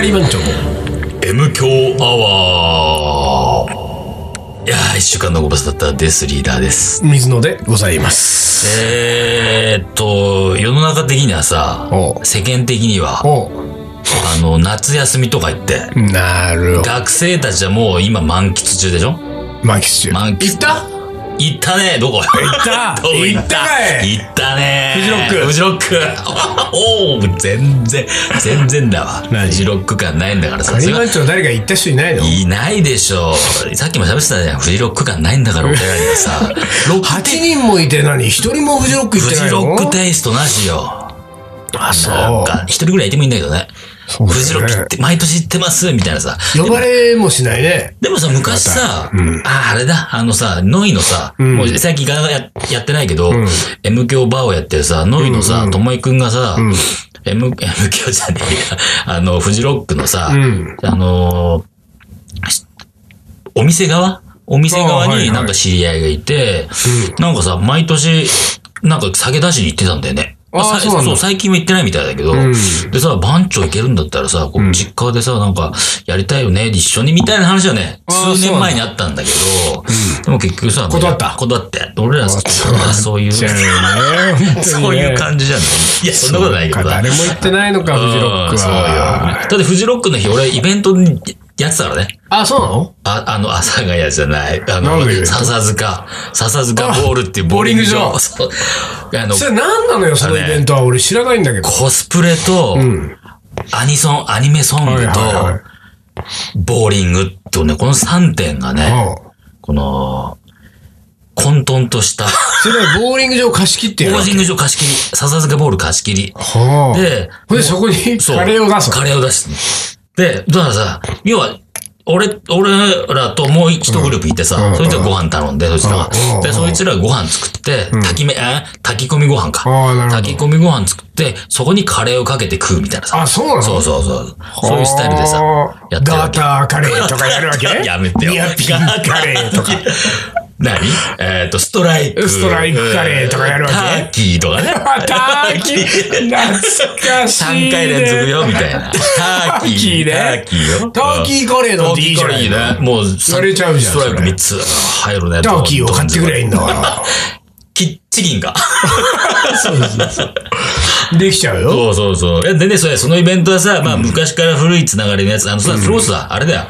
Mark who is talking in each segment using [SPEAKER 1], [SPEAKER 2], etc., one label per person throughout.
[SPEAKER 1] リー番長
[SPEAKER 2] M 強アワーいやー、一週間のご無沙汰です。リーダーです。
[SPEAKER 1] 水野でございます
[SPEAKER 2] えーっと、世の中的にはさ、
[SPEAKER 1] おう
[SPEAKER 2] 世間的には、
[SPEAKER 1] おう
[SPEAKER 2] あの、夏休みとか言って、
[SPEAKER 1] なるほど
[SPEAKER 2] 学生たちはもう今満喫中でしょ
[SPEAKER 1] 満喫中
[SPEAKER 2] 満喫
[SPEAKER 1] 行った
[SPEAKER 2] 行ったねどこ行
[SPEAKER 1] った
[SPEAKER 2] どこ行
[SPEAKER 1] 行
[SPEAKER 2] っ
[SPEAKER 1] った
[SPEAKER 2] た
[SPEAKER 1] かい
[SPEAKER 2] 行ったね
[SPEAKER 1] フジロック
[SPEAKER 2] フジロック おお全然、全然だわ。
[SPEAKER 1] 何
[SPEAKER 2] フジロック感ないんだからさ。
[SPEAKER 1] カリ
[SPEAKER 2] そ
[SPEAKER 1] ー
[SPEAKER 2] れは
[SPEAKER 1] 番長誰か行った人いないの
[SPEAKER 2] いないでしょう。さっきも喋ってたじゃん。フジロック感ないんだから、俺らに はさ。ロック
[SPEAKER 1] 8人もいて何一人もフジロック行っ
[SPEAKER 2] フ
[SPEAKER 1] てな
[SPEAKER 2] ジ
[SPEAKER 1] いの
[SPEAKER 2] ロックテイストなしよ。
[SPEAKER 1] あそう
[SPEAKER 2] なんか、一人ぐらいいてもいいんだけどね。
[SPEAKER 1] そうだよね
[SPEAKER 2] フジロックって毎年行ってます、みたいなさ。
[SPEAKER 1] 呼ばれもしないね
[SPEAKER 2] でもさ、昔さ、ああれだ、あのさ、ノイのさ、もう最近ガガややってないけど、M 響バーをやってるさ、ノイのさ、ともいくんがさ、M、M 響じゃねえや、あの、フジロックのさ、
[SPEAKER 1] うん
[SPEAKER 2] あのーしお店側お店側
[SPEAKER 1] あーはい
[SPEAKER 2] に
[SPEAKER 1] はい
[SPEAKER 2] なんか知り合いがいて、なんかさ、毎年、なんか酒出しに行ってたんだよね。
[SPEAKER 1] あー
[SPEAKER 2] さ
[SPEAKER 1] そうなんだ
[SPEAKER 2] そう、最近は行ってないみたいだけど、
[SPEAKER 1] ん
[SPEAKER 2] でさ、番長行けるんだったらさ、こう実家でさ、なんか、やりたいよね、一緒にみたいな話はね、
[SPEAKER 1] あー
[SPEAKER 2] 数年前にあったんだけど、でも結局さ、
[SPEAKER 1] 断った
[SPEAKER 2] 断って。俺ら、
[SPEAKER 1] 断
[SPEAKER 2] 俺ら そういう、
[SPEAKER 1] じゃあね
[SPEAKER 2] そういう感じじゃん。いや、そんなことないけどな
[SPEAKER 1] 誰も行ってないのかフジロック
[SPEAKER 2] うんそうよ。
[SPEAKER 1] は
[SPEAKER 2] だってフジロックの日、俺イベントにやってたからね。
[SPEAKER 1] あそうなの
[SPEAKER 2] あ、あの、阿佐ヶ谷じゃない。あ
[SPEAKER 1] なんで言う
[SPEAKER 2] の、
[SPEAKER 1] の
[SPEAKER 2] 笹塚、笹塚ボールっていうボーリング
[SPEAKER 1] ボーリン
[SPEAKER 2] 場。
[SPEAKER 1] グ場
[SPEAKER 2] そう。あの、
[SPEAKER 1] それ何なのよそのイベントは俺知らないんだけど
[SPEAKER 2] コスプレと、アニソン、アニメソングと、
[SPEAKER 1] はいはい
[SPEAKER 2] ボーリングとね、この3点がね、
[SPEAKER 1] はいうん
[SPEAKER 2] この、混沌とした、
[SPEAKER 1] それはボーリング場貸し切ってやる
[SPEAKER 2] ボ
[SPEAKER 1] わ
[SPEAKER 2] ー
[SPEAKER 1] け
[SPEAKER 2] リング場貸し切り、笹塚ボール貸し切り。
[SPEAKER 1] はあ。
[SPEAKER 2] で、
[SPEAKER 1] ほんでそこに
[SPEAKER 2] そう
[SPEAKER 1] カレーを出すの。
[SPEAKER 2] カレーを出すの。で、だからさ、要は、俺、俺らともう一グループいてさ、
[SPEAKER 1] うん
[SPEAKER 2] そいつらご飯頼んで、そいつらが
[SPEAKER 1] うんうん。
[SPEAKER 2] で、そいつらご飯作って、炊きめ、え炊き込みご飯か
[SPEAKER 1] あーなる。ほど
[SPEAKER 2] 炊き込みご飯作って、そこにカレーをかけて食うみたいなさ。
[SPEAKER 1] あそうなの
[SPEAKER 2] そうそうそう。そういうスタイルでさ
[SPEAKER 1] はあ、
[SPEAKER 2] やってるわ
[SPEAKER 1] ダー
[SPEAKER 2] け。
[SPEAKER 1] ターカレーとかやるわけ
[SPEAKER 2] やめてよ。
[SPEAKER 1] ニアピンカレーとか。。
[SPEAKER 2] 何えっと、ストライク。
[SPEAKER 1] ストライクカレーとかやるわけ
[SPEAKER 2] ターキーとかね。
[SPEAKER 1] あ ターキー懐かしい、ね。
[SPEAKER 2] 3回連続。よ、みたいな。ターキー。
[SPEAKER 1] ター
[SPEAKER 2] ターキーよ。
[SPEAKER 1] ターキーカレー
[SPEAKER 2] タ
[SPEAKER 1] の
[SPEAKER 2] ー
[SPEAKER 1] でい
[SPEAKER 2] キ
[SPEAKER 1] い
[SPEAKER 2] ー
[SPEAKER 1] じ
[SPEAKER 2] カ
[SPEAKER 1] ゃ
[SPEAKER 2] レ
[SPEAKER 1] ないの
[SPEAKER 2] ーいいね。もう、
[SPEAKER 1] 言われちゃうじゃん
[SPEAKER 2] ストライク
[SPEAKER 1] それ
[SPEAKER 2] 3つ入るね。
[SPEAKER 1] ターキーを買ってくれいいんだか
[SPEAKER 2] キッチキンが。
[SPEAKER 1] ら。できちゃうよ。
[SPEAKER 2] そうそうそう。えでね、それ、そのイベントはさ、まあ、昔から古いつながりのやつ、あのさ、フロースだ、あれだよ。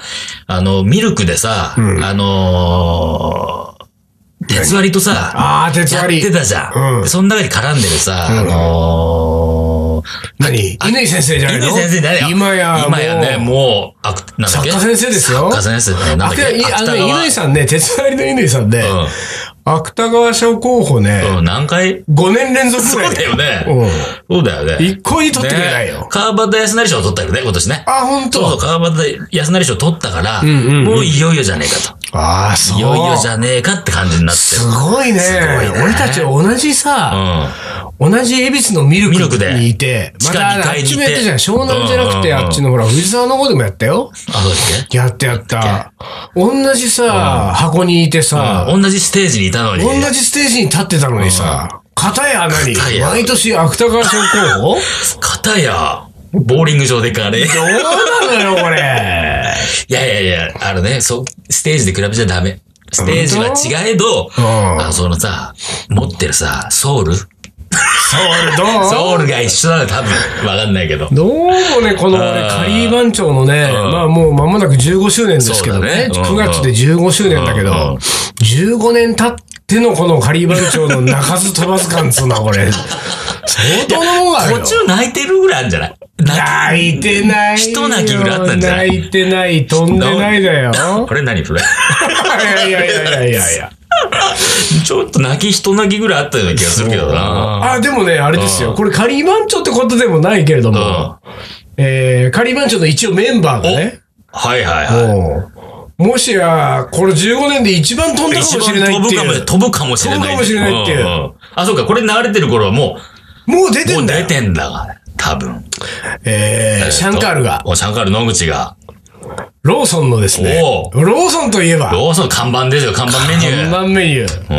[SPEAKER 2] あの、ミルクでさ、あのー、鉄割りとさ、
[SPEAKER 1] ああ、鉄
[SPEAKER 2] やっ
[SPEAKER 1] 割
[SPEAKER 2] て
[SPEAKER 1] り。
[SPEAKER 2] たじゃ
[SPEAKER 1] うん
[SPEAKER 2] ん。その中に絡んでるさ、あのー、
[SPEAKER 1] 何犬井先生じゃないの
[SPEAKER 2] 乾先生だよ。
[SPEAKER 1] 今や、
[SPEAKER 2] 今やね、もう、あく、なんだっ
[SPEAKER 1] 作
[SPEAKER 2] け
[SPEAKER 1] 家先生ですよ
[SPEAKER 2] 作家先生だよ。なんだっけ
[SPEAKER 1] 芥いあの、
[SPEAKER 2] 川
[SPEAKER 1] 乾さんね、鉄割りの乾さんね、芥川賞候補ね、
[SPEAKER 2] うん。うん、何回
[SPEAKER 1] 5年連続ぐ
[SPEAKER 2] そ
[SPEAKER 1] ら
[SPEAKER 2] う
[SPEAKER 1] い
[SPEAKER 2] だよね。
[SPEAKER 1] う
[SPEAKER 2] そうだよね。
[SPEAKER 1] ん。一向に取ってくれないよ。
[SPEAKER 2] ね川端康成賞を取ったよね、今年ね。
[SPEAKER 1] あ、本
[SPEAKER 2] そうそう、
[SPEAKER 1] 当。
[SPEAKER 2] 川端康成賞を取ったから、
[SPEAKER 1] んうんうん
[SPEAKER 2] もういよいよじゃねえか
[SPEAKER 1] ああ、そ
[SPEAKER 2] と。
[SPEAKER 1] う。
[SPEAKER 2] いよいよじゃねえかって感じになって
[SPEAKER 1] すごいね。
[SPEAKER 2] すごいね
[SPEAKER 1] 俺たち同じさ、
[SPEAKER 2] る。
[SPEAKER 1] 同じ恵比寿のミル
[SPEAKER 2] ミル
[SPEAKER 1] ク
[SPEAKER 2] クで
[SPEAKER 1] にいて、
[SPEAKER 2] 地
[SPEAKER 1] ま
[SPEAKER 2] 下
[SPEAKER 1] た
[SPEAKER 2] 二
[SPEAKER 1] あっ
[SPEAKER 2] 階にい
[SPEAKER 1] ち
[SPEAKER 2] て
[SPEAKER 1] もやったじゃん。湘南じゃなくて、
[SPEAKER 2] うんうんうん
[SPEAKER 1] あっちのほら、藤沢の方でもやったよ。
[SPEAKER 2] うん。あ、そうだっけ
[SPEAKER 1] やったやった。同じさ、箱にいてさ、
[SPEAKER 2] 同じステージにいたのに。
[SPEAKER 1] 同じステージに立ってたのにさ、片や穴に
[SPEAKER 2] 片、や
[SPEAKER 1] 毎年芥川賞候補
[SPEAKER 2] 片や、ボーリング場でカレー。
[SPEAKER 1] どうなのよ、これ。
[SPEAKER 2] いやいやいや、あのね、そう、ステージで比べちゃダメ。ステージは違えど、
[SPEAKER 1] ん
[SPEAKER 2] あのそのさ、持ってるさ、ソウル
[SPEAKER 1] ソウルどう
[SPEAKER 2] ソウルが一緒なの多分、わかんないけど。
[SPEAKER 1] どうもね、このね
[SPEAKER 2] あ、
[SPEAKER 1] カ
[SPEAKER 2] ー
[SPEAKER 1] リー番長のね、
[SPEAKER 2] うん
[SPEAKER 1] まあもう間もなく15周年ですけど
[SPEAKER 2] そうだ
[SPEAKER 1] ね、
[SPEAKER 2] ねうん
[SPEAKER 1] 9月で15周年だけど、
[SPEAKER 2] うんうん
[SPEAKER 1] 15年経ってのこのカリー番長の鳴かず飛ばず感っつうのはこれ、相当のもんがある
[SPEAKER 2] こ
[SPEAKER 1] よ
[SPEAKER 2] っ。ちの泣いてるぐらいあるんじゃない泣
[SPEAKER 1] 泣いてないよ。
[SPEAKER 2] 人泣きぐらいあったんじゃない
[SPEAKER 1] 泣いてない、飛んでないだよ。
[SPEAKER 2] きこれ何それ
[SPEAKER 1] いやいやいやいやいやいや。
[SPEAKER 2] ちょっと泣き人泣きぐらいあったような気がするけどな。
[SPEAKER 1] あ、でもね、あれですよ。これ、カリー番長ってことでもないけれども、えー、カリー番長の一応メンバーがね、
[SPEAKER 2] はいはいは
[SPEAKER 1] うんもしや、これ15年で一番飛ん
[SPEAKER 2] い。
[SPEAKER 1] だか
[SPEAKER 2] 一
[SPEAKER 1] もし
[SPEAKER 2] 番
[SPEAKER 1] れないっ
[SPEAKER 2] 飛
[SPEAKER 1] て
[SPEAKER 2] ぶかも
[SPEAKER 1] い
[SPEAKER 2] し
[SPEAKER 1] う。
[SPEAKER 2] 飛ぶかもしれない。
[SPEAKER 1] 飛ぶかもしれないっていうん
[SPEAKER 2] んあ、そうか、これ流れてる頃はも
[SPEAKER 1] もう出
[SPEAKER 2] う、
[SPEAKER 1] て
[SPEAKER 2] も
[SPEAKER 1] ん
[SPEAKER 2] う
[SPEAKER 1] だ
[SPEAKER 2] 出
[SPEAKER 1] よ。
[SPEAKER 2] てんだが、多分。
[SPEAKER 1] えー、シャンカールが、
[SPEAKER 2] お。シャンカール野口が。
[SPEAKER 1] ローソンのですね、
[SPEAKER 2] お
[SPEAKER 1] ローソンといえば、
[SPEAKER 2] ローソン看板ですよ、看板メニュ
[SPEAKER 1] 看
[SPEAKER 2] ー。
[SPEAKER 1] 板メニュー、
[SPEAKER 2] うん。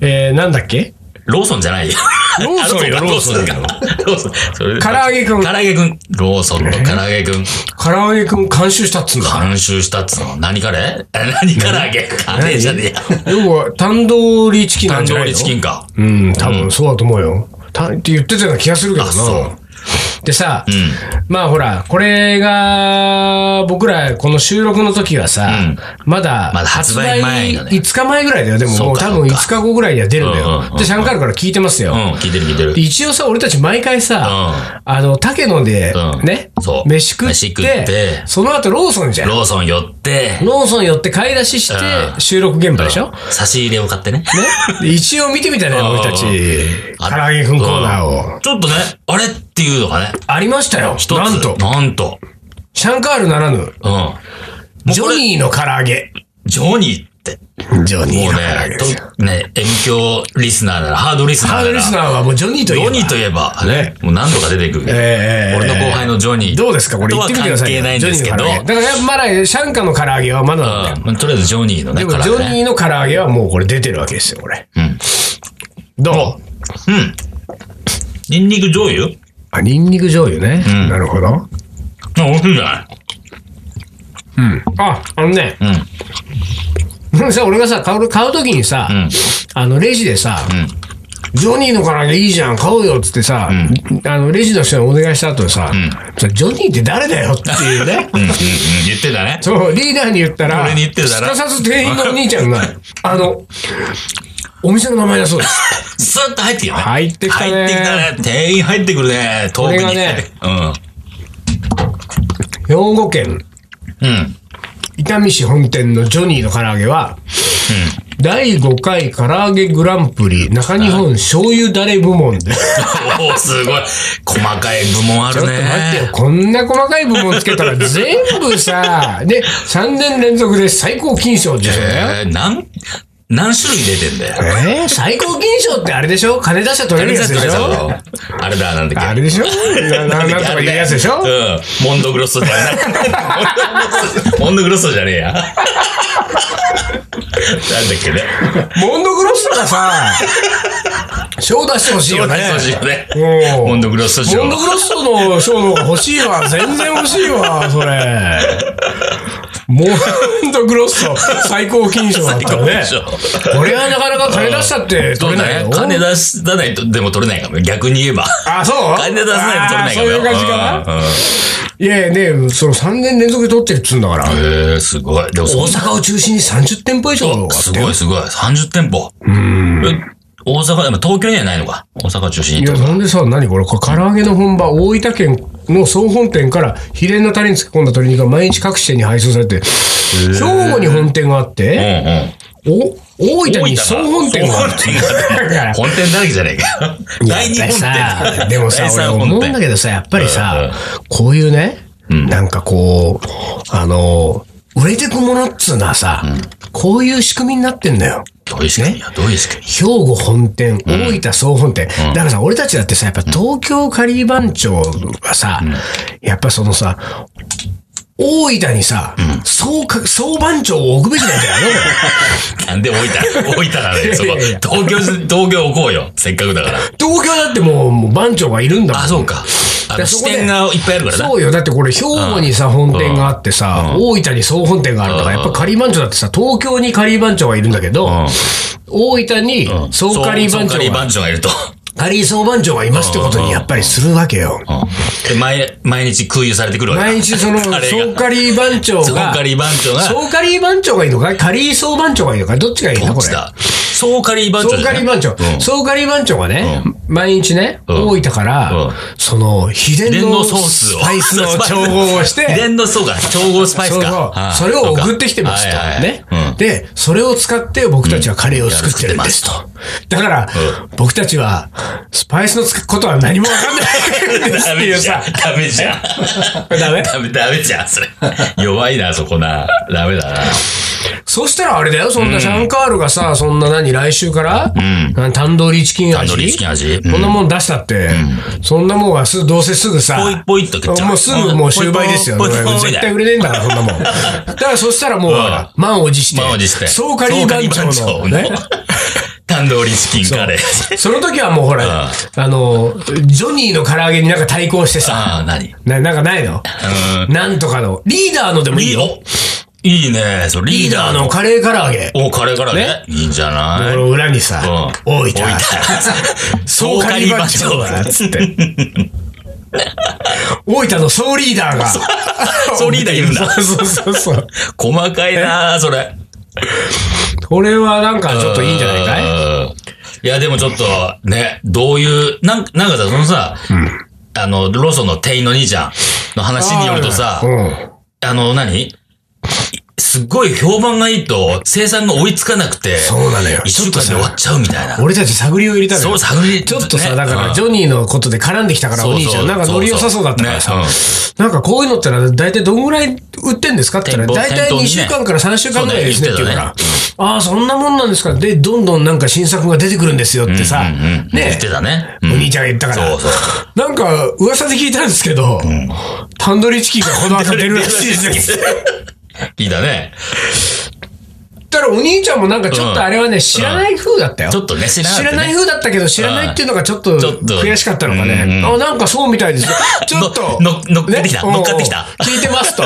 [SPEAKER 1] えー、なんだっけ
[SPEAKER 2] ローソンじゃないよ。
[SPEAKER 1] ローソンよ、
[SPEAKER 2] あ
[SPEAKER 1] ローソンよ。
[SPEAKER 2] ローソンか。ローソン。
[SPEAKER 1] 唐揚げくん
[SPEAKER 2] 唐揚げくん。ローソンの唐揚げくん。
[SPEAKER 1] 唐揚げくん監修したっつうんだ。
[SPEAKER 2] 監修したっつうの。何カレーえ何唐揚げカレーじゃねえや。
[SPEAKER 1] 要は、タンドリーチキンな
[SPEAKER 2] 誕
[SPEAKER 1] んじゃな
[SPEAKER 2] 生
[SPEAKER 1] い
[SPEAKER 2] 日
[SPEAKER 1] の
[SPEAKER 2] チキンか。
[SPEAKER 1] うん、多分そうだと思うよ。たって言ってたような気がするけど
[SPEAKER 2] あそ
[SPEAKER 1] な。でさ、
[SPEAKER 2] ん
[SPEAKER 1] まあほら、これが、僕らこの収録の時はさ、
[SPEAKER 2] うん
[SPEAKER 1] まだ
[SPEAKER 2] まだ発売前だね
[SPEAKER 1] 5日前ぐらいだよ。でも
[SPEAKER 2] そ
[SPEAKER 1] も
[SPEAKER 2] う
[SPEAKER 1] う
[SPEAKER 2] か
[SPEAKER 1] 多分
[SPEAKER 2] そうか
[SPEAKER 1] 5日後ぐらいには出るんだ
[SPEAKER 2] うんうんうんう
[SPEAKER 1] よ。
[SPEAKER 2] ん
[SPEAKER 1] で、シャンカールから聞いてますよ。
[SPEAKER 2] うん、聞いてる聞いてる
[SPEAKER 1] で。一応さ、俺たち毎回さ、あの、竹野で、
[SPEAKER 2] うん
[SPEAKER 1] ね、
[SPEAKER 2] そう
[SPEAKER 1] 飯食って
[SPEAKER 2] 飯食って
[SPEAKER 1] その後ローソンじゃん。
[SPEAKER 2] ローソン寄って、
[SPEAKER 1] ローソン寄って買い出しし
[SPEAKER 2] う
[SPEAKER 1] て、
[SPEAKER 2] ん
[SPEAKER 1] 収録現場でしょ、
[SPEAKER 2] 差し入れを買ってね。
[SPEAKER 1] ねで 一応見てみたね、
[SPEAKER 2] うん
[SPEAKER 1] 俺たち。
[SPEAKER 2] あ
[SPEAKER 1] 唐揚げくんコーナーを。
[SPEAKER 2] うんちょっとね、あれっていうのがね、
[SPEAKER 1] ありましたよ。
[SPEAKER 2] 一つ。
[SPEAKER 1] なんと、
[SPEAKER 2] なんと。
[SPEAKER 1] シャンカールならぬ、
[SPEAKER 2] うん。もう
[SPEAKER 1] ジ
[SPEAKER 2] こ
[SPEAKER 1] ョ
[SPEAKER 2] れ
[SPEAKER 1] ニーの唐揚げ。
[SPEAKER 2] ジョニーって。
[SPEAKER 1] ジョニー
[SPEAKER 2] もう
[SPEAKER 1] の唐揚げ
[SPEAKER 2] ね、
[SPEAKER 1] ですよ。
[SPEAKER 2] とね、M 響リスナーなら、ハードリスナーな
[SPEAKER 1] ハ
[SPEAKER 2] ら。
[SPEAKER 1] ードリスナーはもうジョニーとい
[SPEAKER 2] ジ
[SPEAKER 1] えば
[SPEAKER 2] ョニーといえば、
[SPEAKER 1] ね
[SPEAKER 2] ね、もう何度か出てくるけど、
[SPEAKER 1] ええ
[SPEAKER 2] 俺の後輩のジョニー。
[SPEAKER 1] どうですかこれ
[SPEAKER 2] と
[SPEAKER 1] 言っ
[SPEAKER 2] は
[SPEAKER 1] てみてくださいよ。
[SPEAKER 2] 関係ないんですけど、
[SPEAKER 1] ジョニーの唐揚げだからまだ、シャンカーの唐揚げはまだなんだよ。
[SPEAKER 2] うんまあとりあえずジョニーのね、
[SPEAKER 1] でも、
[SPEAKER 2] か
[SPEAKER 1] ジ
[SPEAKER 2] ら
[SPEAKER 1] ョ
[SPEAKER 2] ね。
[SPEAKER 1] ニーの唐揚げはもうこれ出てるわけですよ、これ。
[SPEAKER 2] うん。
[SPEAKER 1] どう
[SPEAKER 2] うん。ニンニク醤油
[SPEAKER 1] あ、ニンニク醤油ね。
[SPEAKER 2] ん
[SPEAKER 1] なるほど。
[SPEAKER 2] あ美味しいんじゃない
[SPEAKER 1] うん。あ、あのね、
[SPEAKER 2] う ん。
[SPEAKER 1] さ、俺がさ、買う、買うときにさ、
[SPEAKER 2] ん
[SPEAKER 1] あの、レジでさ、
[SPEAKER 2] ん
[SPEAKER 1] ジョニーの唐揚げいいじゃん、買おうよっつってさ、あの、レジの人にお願いした後でさ、さジョニーって誰だよっていうね。
[SPEAKER 2] うんうんうん。言ってたね。
[SPEAKER 1] そう、リーダーに言ったら、
[SPEAKER 2] 俺に言ってたら
[SPEAKER 1] すかさず店員のお兄ちゃん が、あの、お店の名前だそう です。
[SPEAKER 2] スーッと入ってきたね。
[SPEAKER 1] 入ってきたね
[SPEAKER 2] 入ってきたね。店員入ってくるね。遠くに。
[SPEAKER 1] これがね兵庫県
[SPEAKER 2] うん。うん。
[SPEAKER 1] 伊丹市本店のジョニーの唐揚げは、第5回唐揚げグランプリ中日本醤油だれ部門 で。
[SPEAKER 2] おおすごい。細かい部門あ
[SPEAKER 1] ちょ
[SPEAKER 2] る
[SPEAKER 1] っと待って
[SPEAKER 2] ね
[SPEAKER 1] よ。。こんな細かい部門つけたら全部 さ、で、3年連続で最高金賞受賞だよ。
[SPEAKER 2] えー、何、何種類出てんだよ。
[SPEAKER 1] えー最高金賞ってあれでしょ金出しゃ取れるやつでしょ
[SPEAKER 2] あれだ、なんだっけ。
[SPEAKER 1] あれでしょなななんとか言うやつでしょ
[SPEAKER 2] うん。モンドグロッソじゃない。 モンドグロッソじゃねえや。なんだっけね。
[SPEAKER 1] モンドグロッソがさ、賞出してほしいよね。うん
[SPEAKER 2] モンドグロッソ賞。
[SPEAKER 1] モンドグロッソの賞の方が欲しいわ。全然欲しいわ、それ。モンドグロッソ最高金賞だったらね
[SPEAKER 2] 最高。
[SPEAKER 1] これはなかなか金出したって
[SPEAKER 2] そ
[SPEAKER 1] 取
[SPEAKER 2] う
[SPEAKER 1] れない
[SPEAKER 2] だ
[SPEAKER 1] よ
[SPEAKER 2] ね。。金出さないと、でも取れないかも。逆に言えば。
[SPEAKER 1] あ、そう
[SPEAKER 2] 金出さない
[SPEAKER 1] あー
[SPEAKER 2] と取れないかもよ。
[SPEAKER 1] そういう感じかな。
[SPEAKER 2] うんうん
[SPEAKER 1] いやいやね、その3年連続で取ってるっつうんだから。
[SPEAKER 2] へえ、すごい。でもそ
[SPEAKER 1] 大
[SPEAKER 2] んな、
[SPEAKER 1] 阪を中心に30店舗以上があ
[SPEAKER 2] す
[SPEAKER 1] って。
[SPEAKER 2] ごいすごい。30店舗。え大阪、でも東京にはないのか。大阪中心
[SPEAKER 1] い
[SPEAKER 2] に。
[SPEAKER 1] や、なんでさ、何これ、これ唐揚げの本場、大分県の総本店から、秘伝のタレに漬け込んだ鶏肉が毎日各地点に配送されて、兵庫に本店があっ
[SPEAKER 2] うん
[SPEAKER 1] て、
[SPEAKER 2] うん。
[SPEAKER 1] お、大分に総本店がある
[SPEAKER 2] 総本店が
[SPEAKER 1] だから
[SPEAKER 2] 本店だらけじゃねえか。第二
[SPEAKER 1] やっぱり
[SPEAKER 2] 本
[SPEAKER 1] さ
[SPEAKER 2] 店。
[SPEAKER 1] でも さ
[SPEAKER 2] 第、
[SPEAKER 1] 俺
[SPEAKER 2] 三
[SPEAKER 1] 思
[SPEAKER 2] 本
[SPEAKER 1] うんだ
[SPEAKER 2] 店。
[SPEAKER 1] けどさ、やっぱりさ、こういうね、なんかこう、あの、売れてくものっつうのはさ、こういう仕組みになってんだよ。
[SPEAKER 2] どういう仕組みやどういう仕組み
[SPEAKER 1] 兵庫本店、大分総本店。だからさ、俺たちだってさ、やっぱ東京カリー番長はさ、やっぱそのさ、大分にさ、総か、総番長を置くべきなんじゃない のこ
[SPEAKER 2] なんで置いた 置いたらね、そこ。
[SPEAKER 1] いやいや
[SPEAKER 2] 東京、東京置こうよ。せっかくだから。
[SPEAKER 1] れ東京だってもう、もう番長がいるんだもん。
[SPEAKER 2] あ、そうか。あ
[SPEAKER 1] で
[SPEAKER 2] の、
[SPEAKER 1] そ
[SPEAKER 2] 支
[SPEAKER 1] こで
[SPEAKER 2] 店がいっぱいあるからな。
[SPEAKER 1] そうよ。だってこれ、兵庫にさ、本店があってさ、大分に総本店があるんだから、やっぱ仮番長だってさ、東京に仮番長がいるんだけど、大分に総仮番
[SPEAKER 2] そう
[SPEAKER 1] 長
[SPEAKER 2] カリー
[SPEAKER 1] が、
[SPEAKER 2] 番長がいると。
[SPEAKER 1] 仮総番長がいますってことにやっぱりするわけよ。
[SPEAKER 2] で、毎、毎日空輸されてくるわけだ。
[SPEAKER 1] 毎日その、総
[SPEAKER 2] あれが
[SPEAKER 1] 仮番長
[SPEAKER 2] そう
[SPEAKER 1] が
[SPEAKER 2] カ、リー番長が。
[SPEAKER 1] 総仮番長がいいのか仮総番長がいいのかどっちがいいの
[SPEAKER 2] どっ
[SPEAKER 1] こ
[SPEAKER 2] ち
[SPEAKER 1] れ。
[SPEAKER 2] だ総カリー番長
[SPEAKER 1] 総
[SPEAKER 2] じゃない。
[SPEAKER 1] 仮番長
[SPEAKER 2] う。ん
[SPEAKER 1] 総仮番長がね、毎日ね、
[SPEAKER 2] うん
[SPEAKER 1] 大分から
[SPEAKER 2] うん、
[SPEAKER 1] その、秘
[SPEAKER 2] 秘
[SPEAKER 1] 伝
[SPEAKER 2] 伝
[SPEAKER 1] の
[SPEAKER 2] のソー ス
[SPEAKER 1] ス
[SPEAKER 2] を。
[SPEAKER 1] パイスの調合をし
[SPEAKER 2] 秘
[SPEAKER 1] て、
[SPEAKER 2] 伝の、そうか、調合スパイス
[SPEAKER 1] そう
[SPEAKER 2] か。
[SPEAKER 1] そう
[SPEAKER 2] あ。あ
[SPEAKER 1] それを送ってきてますと
[SPEAKER 2] そうかはいは。い
[SPEAKER 1] ね
[SPEAKER 2] うん。
[SPEAKER 1] で、それを使って僕たちはカレーを作ってるんですと。だから、僕たちは、スパイスのつくことは何もわかんないんですっ
[SPEAKER 2] ダ
[SPEAKER 1] てい
[SPEAKER 2] メ
[SPEAKER 1] う
[SPEAKER 2] じゃん
[SPEAKER 1] さ。。
[SPEAKER 2] ダメじゃん。
[SPEAKER 1] ダメ
[SPEAKER 2] ダメ、ダメじゃん、 それ。弱いな、そこな。ダメだな。
[SPEAKER 1] そしたらあれだよ、そんなシャンカールがさ、そんな何、来週から、うん、タンドリーチキン味
[SPEAKER 2] タンドリーチキン味うん
[SPEAKER 1] こんなもん出したって、そんなもんはすどうせすぐさ、
[SPEAKER 2] ポイポイっと食っちゃう
[SPEAKER 1] もうすぐもう終売ですよ。
[SPEAKER 2] ポイポイポイポイ
[SPEAKER 1] 絶対売れねえんだから、そんなもん。だからそしたらもう、
[SPEAKER 2] ん
[SPEAKER 1] 満を持して、
[SPEAKER 2] 満を持して
[SPEAKER 1] そうかり番長のね
[SPEAKER 2] そうかり番長の、タンドーリーチキンカ レー。
[SPEAKER 1] その時はもうほら、あの、ジョニーの唐揚げになんか対抗してさ、
[SPEAKER 2] ああ、何
[SPEAKER 1] ななんかないの
[SPEAKER 2] う
[SPEAKER 1] なんとかの。リーダーのでもいいよ。
[SPEAKER 2] いいね。そう、リ
[SPEAKER 1] リ
[SPEAKER 2] ー
[SPEAKER 1] ー
[SPEAKER 2] ダ
[SPEAKER 1] ダ
[SPEAKER 2] ー
[SPEAKER 1] ー
[SPEAKER 2] の
[SPEAKER 1] の。カレー唐揚げ。
[SPEAKER 2] お、カレーからね。いいんじゃない
[SPEAKER 1] この裏にさ、
[SPEAKER 2] うん
[SPEAKER 1] 大分。
[SPEAKER 2] 大 分
[SPEAKER 1] 総カリバン長だ、つ って。大分の総リーダーが。
[SPEAKER 2] 総リーダーいるん だ
[SPEAKER 1] そうそうそう。
[SPEAKER 2] 細かいなそれ。
[SPEAKER 1] これはなんかちょっといいんじゃないかい
[SPEAKER 2] うんいや、でもちょっと、ね、どういう、なんなんかさ、そのさ、あの、ローソンの店員の兄ちゃんの話によるとさ
[SPEAKER 1] あ、ー
[SPEAKER 2] あの、何すっごい評判がいいと、生産が追いつかなくて、
[SPEAKER 1] そうなのよ
[SPEAKER 2] 一週間で終わっちゃうみたいな
[SPEAKER 1] うん。。俺たち探りを入れたのよ
[SPEAKER 2] そう、探り、
[SPEAKER 1] ちょっとさ、
[SPEAKER 2] ね
[SPEAKER 1] だから、ジ
[SPEAKER 2] うん
[SPEAKER 1] ョニーのことで絡んできたから、
[SPEAKER 2] そう
[SPEAKER 1] お
[SPEAKER 2] そう
[SPEAKER 1] 兄ちゃん。なんかノリ良さそうだったから
[SPEAKER 2] そう
[SPEAKER 1] さ
[SPEAKER 2] そう
[SPEAKER 1] な
[SPEAKER 2] ね。
[SPEAKER 1] んかこういうのってのは、大体どんぐらい売ってんですかって言ったら、
[SPEAKER 2] 店
[SPEAKER 1] 大体
[SPEAKER 2] 舗店頭
[SPEAKER 1] 2
[SPEAKER 2] にね
[SPEAKER 1] 週間から3週間ぐらいですねって言うから
[SPEAKER 2] そう、
[SPEAKER 1] ああ、そんなもんなんですか。で、どんどんなんか新作が出てくるんですよってさ
[SPEAKER 2] うんうん、言
[SPEAKER 1] ね
[SPEAKER 2] って、たね。
[SPEAKER 1] お
[SPEAKER 2] うん
[SPEAKER 1] 兄ちゃんが言ったから
[SPEAKER 2] そうそう。
[SPEAKER 1] なんか、噂で聞いたんですけど、タンドリーチキンがこの後出るらしいです。
[SPEAKER 2] いいだね。
[SPEAKER 1] だからお兄ちゃんもなんかちょっとあれはね、知らない風だったよ。
[SPEAKER 2] ちょっとね知らなかった
[SPEAKER 1] 知
[SPEAKER 2] ね
[SPEAKER 1] らない風だったけど、知らないっていうのがちょっと
[SPEAKER 2] ちょっと
[SPEAKER 1] 悔しかったのかね。
[SPEAKER 2] うんうん
[SPEAKER 1] あ、なんかそうみたいですよ。ちょっと。
[SPEAKER 2] のの乗っかってきた
[SPEAKER 1] ね
[SPEAKER 2] 乗っかってきた
[SPEAKER 1] うん聞いて ますと。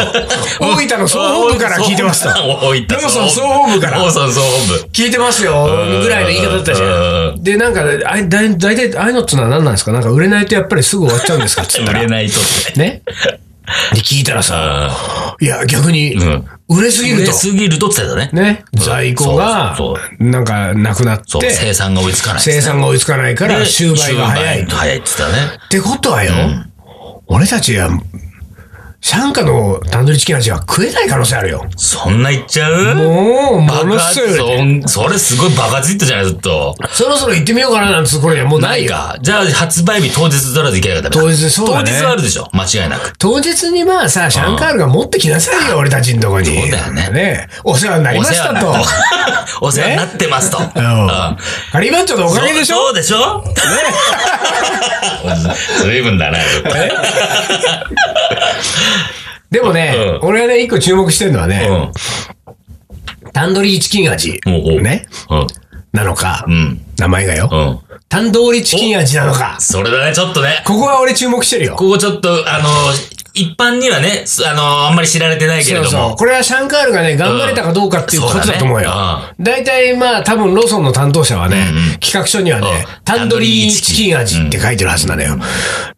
[SPEAKER 1] 大分の総本部から聞いてますと。
[SPEAKER 2] 大分
[SPEAKER 1] ローソン総本部から
[SPEAKER 2] ローソン総本部。
[SPEAKER 1] 聞いてますよ、ぐらいの言い方だったじゃ。
[SPEAKER 2] うん
[SPEAKER 1] で、なんか、あいだい大体、ああいうのってのは何なんですかなんか売れないとやっぱりすぐ終わっちゃうんです かって言った
[SPEAKER 2] 売
[SPEAKER 1] ら。
[SPEAKER 2] れないとって。
[SPEAKER 1] ね。で、聞いたらさ、いや、逆に
[SPEAKER 2] ん、
[SPEAKER 1] 売れすぎ
[SPEAKER 2] 売
[SPEAKER 1] る
[SPEAKER 2] れ
[SPEAKER 1] と。
[SPEAKER 2] すぎるとって言ってたね。
[SPEAKER 1] ね。在庫が
[SPEAKER 2] そうそう、
[SPEAKER 1] なんか、なくなっ
[SPEAKER 2] そう、
[SPEAKER 1] て。
[SPEAKER 2] 生産が追いつかないですね。
[SPEAKER 1] 生産が追いつかないから
[SPEAKER 2] で
[SPEAKER 1] 終売が早い
[SPEAKER 2] 終売
[SPEAKER 1] と。っ
[SPEAKER 2] 早いって言ってたね。
[SPEAKER 1] てことはよ、俺たちは、シ下のタンドリーチキン味は食えない可能性あるよ。
[SPEAKER 2] そんな言っちゃう
[SPEAKER 1] もう、も
[SPEAKER 2] 爆
[SPEAKER 1] の
[SPEAKER 2] 発
[SPEAKER 1] すごいよね。
[SPEAKER 2] そんそれすごいバカついたじゃない、ずっと。
[SPEAKER 1] そろそろ行ってみようかななんつう頃にはもうな
[SPEAKER 2] ないい
[SPEAKER 1] よ。
[SPEAKER 2] か。じゃあ、発売日当日取らずいけなかった
[SPEAKER 1] 当日そうだね
[SPEAKER 2] 当日はあるでしょ。間違いなく。
[SPEAKER 1] 当日にまあさ、シャンカールが持ってきなさいよ、俺たちのとこに。そう
[SPEAKER 2] だよね
[SPEAKER 1] お世話になりましたと。
[SPEAKER 2] お世話になってますと。
[SPEAKER 1] うん
[SPEAKER 2] うん
[SPEAKER 1] カリバンチョのおかげでしょ
[SPEAKER 2] そうでしょ ね随分だ な、ちょっと
[SPEAKER 1] でもね、
[SPEAKER 2] う
[SPEAKER 1] 俺はね、一個注目してるのはね、
[SPEAKER 2] う
[SPEAKER 1] タンドリーチキン味
[SPEAKER 2] ん。おうおう
[SPEAKER 1] ね、なのか、
[SPEAKER 2] うん。うん。
[SPEAKER 1] 名前がよ、
[SPEAKER 2] うん。
[SPEAKER 1] タンドーリチキン味なのか、
[SPEAKER 2] それだね、ちょっとね。
[SPEAKER 1] ここは俺注目してるよ。
[SPEAKER 2] ここちょっと、あの、一般にはね、すあの、あんまり知られてないけれども。
[SPEAKER 1] そうそう。これはシャンカールがね、頑張れたかどうかっていうことだと思うよ
[SPEAKER 2] うんそうだね。
[SPEAKER 1] 大体、まあ、多分ローソンの担当者はね、企画書にはね
[SPEAKER 2] うん、
[SPEAKER 1] タンドリーチキン味って書いてるはずなのよ。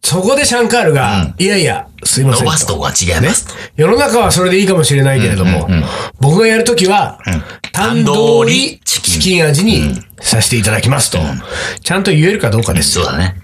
[SPEAKER 1] そこでシャンカールが、いやいや、すいませんと
[SPEAKER 2] 伸ば。すとこは違いますと。
[SPEAKER 1] 世の中はそれでいいかもしれないけれども、僕がやるときは、タンドリーチキン味にさせていただきますと。ちゃんと言えるかどうかです
[SPEAKER 2] そ
[SPEAKER 1] よ。
[SPEAKER 2] うだね。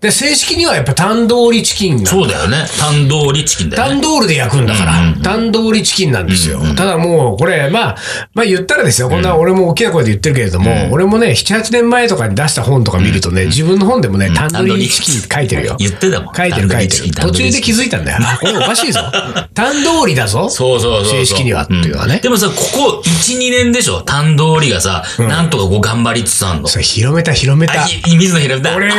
[SPEAKER 1] で、正式にはやっぱタンドリーチキンが
[SPEAKER 2] そうだよね。タンドーリチキンだ
[SPEAKER 1] タ
[SPEAKER 2] よね。
[SPEAKER 1] ンドールで焼くんだから、タンドーリチキンなんですよ。ただもう、これ、まあ、まあ言ったらですよ、こんな俺も大きな声で言ってるけれども、俺もね、7、8年前とかに出した本とか見るとね、自分の本でもね、タンドリーチキンって書いてるよ。
[SPEAKER 2] 言ってたもん。
[SPEAKER 1] 書いてる書いてる。
[SPEAKER 2] タン
[SPEAKER 1] 途
[SPEAKER 2] ドリ
[SPEAKER 1] 中
[SPEAKER 2] ー
[SPEAKER 1] で
[SPEAKER 2] チキ
[SPEAKER 1] 気
[SPEAKER 2] ン
[SPEAKER 1] づいたん だよ。あ、これおかしいぞ。タンドーリだぞ。
[SPEAKER 2] そうそうそうそう。
[SPEAKER 1] 正式にはっていうのはね
[SPEAKER 2] んでもさ、ここ1、2年でしょ。タンドーリがさ、なんとかこう頑張りつつあんの。
[SPEAKER 1] それ広めた広めた
[SPEAKER 2] あ、。ひ水野広めた。
[SPEAKER 1] 俺が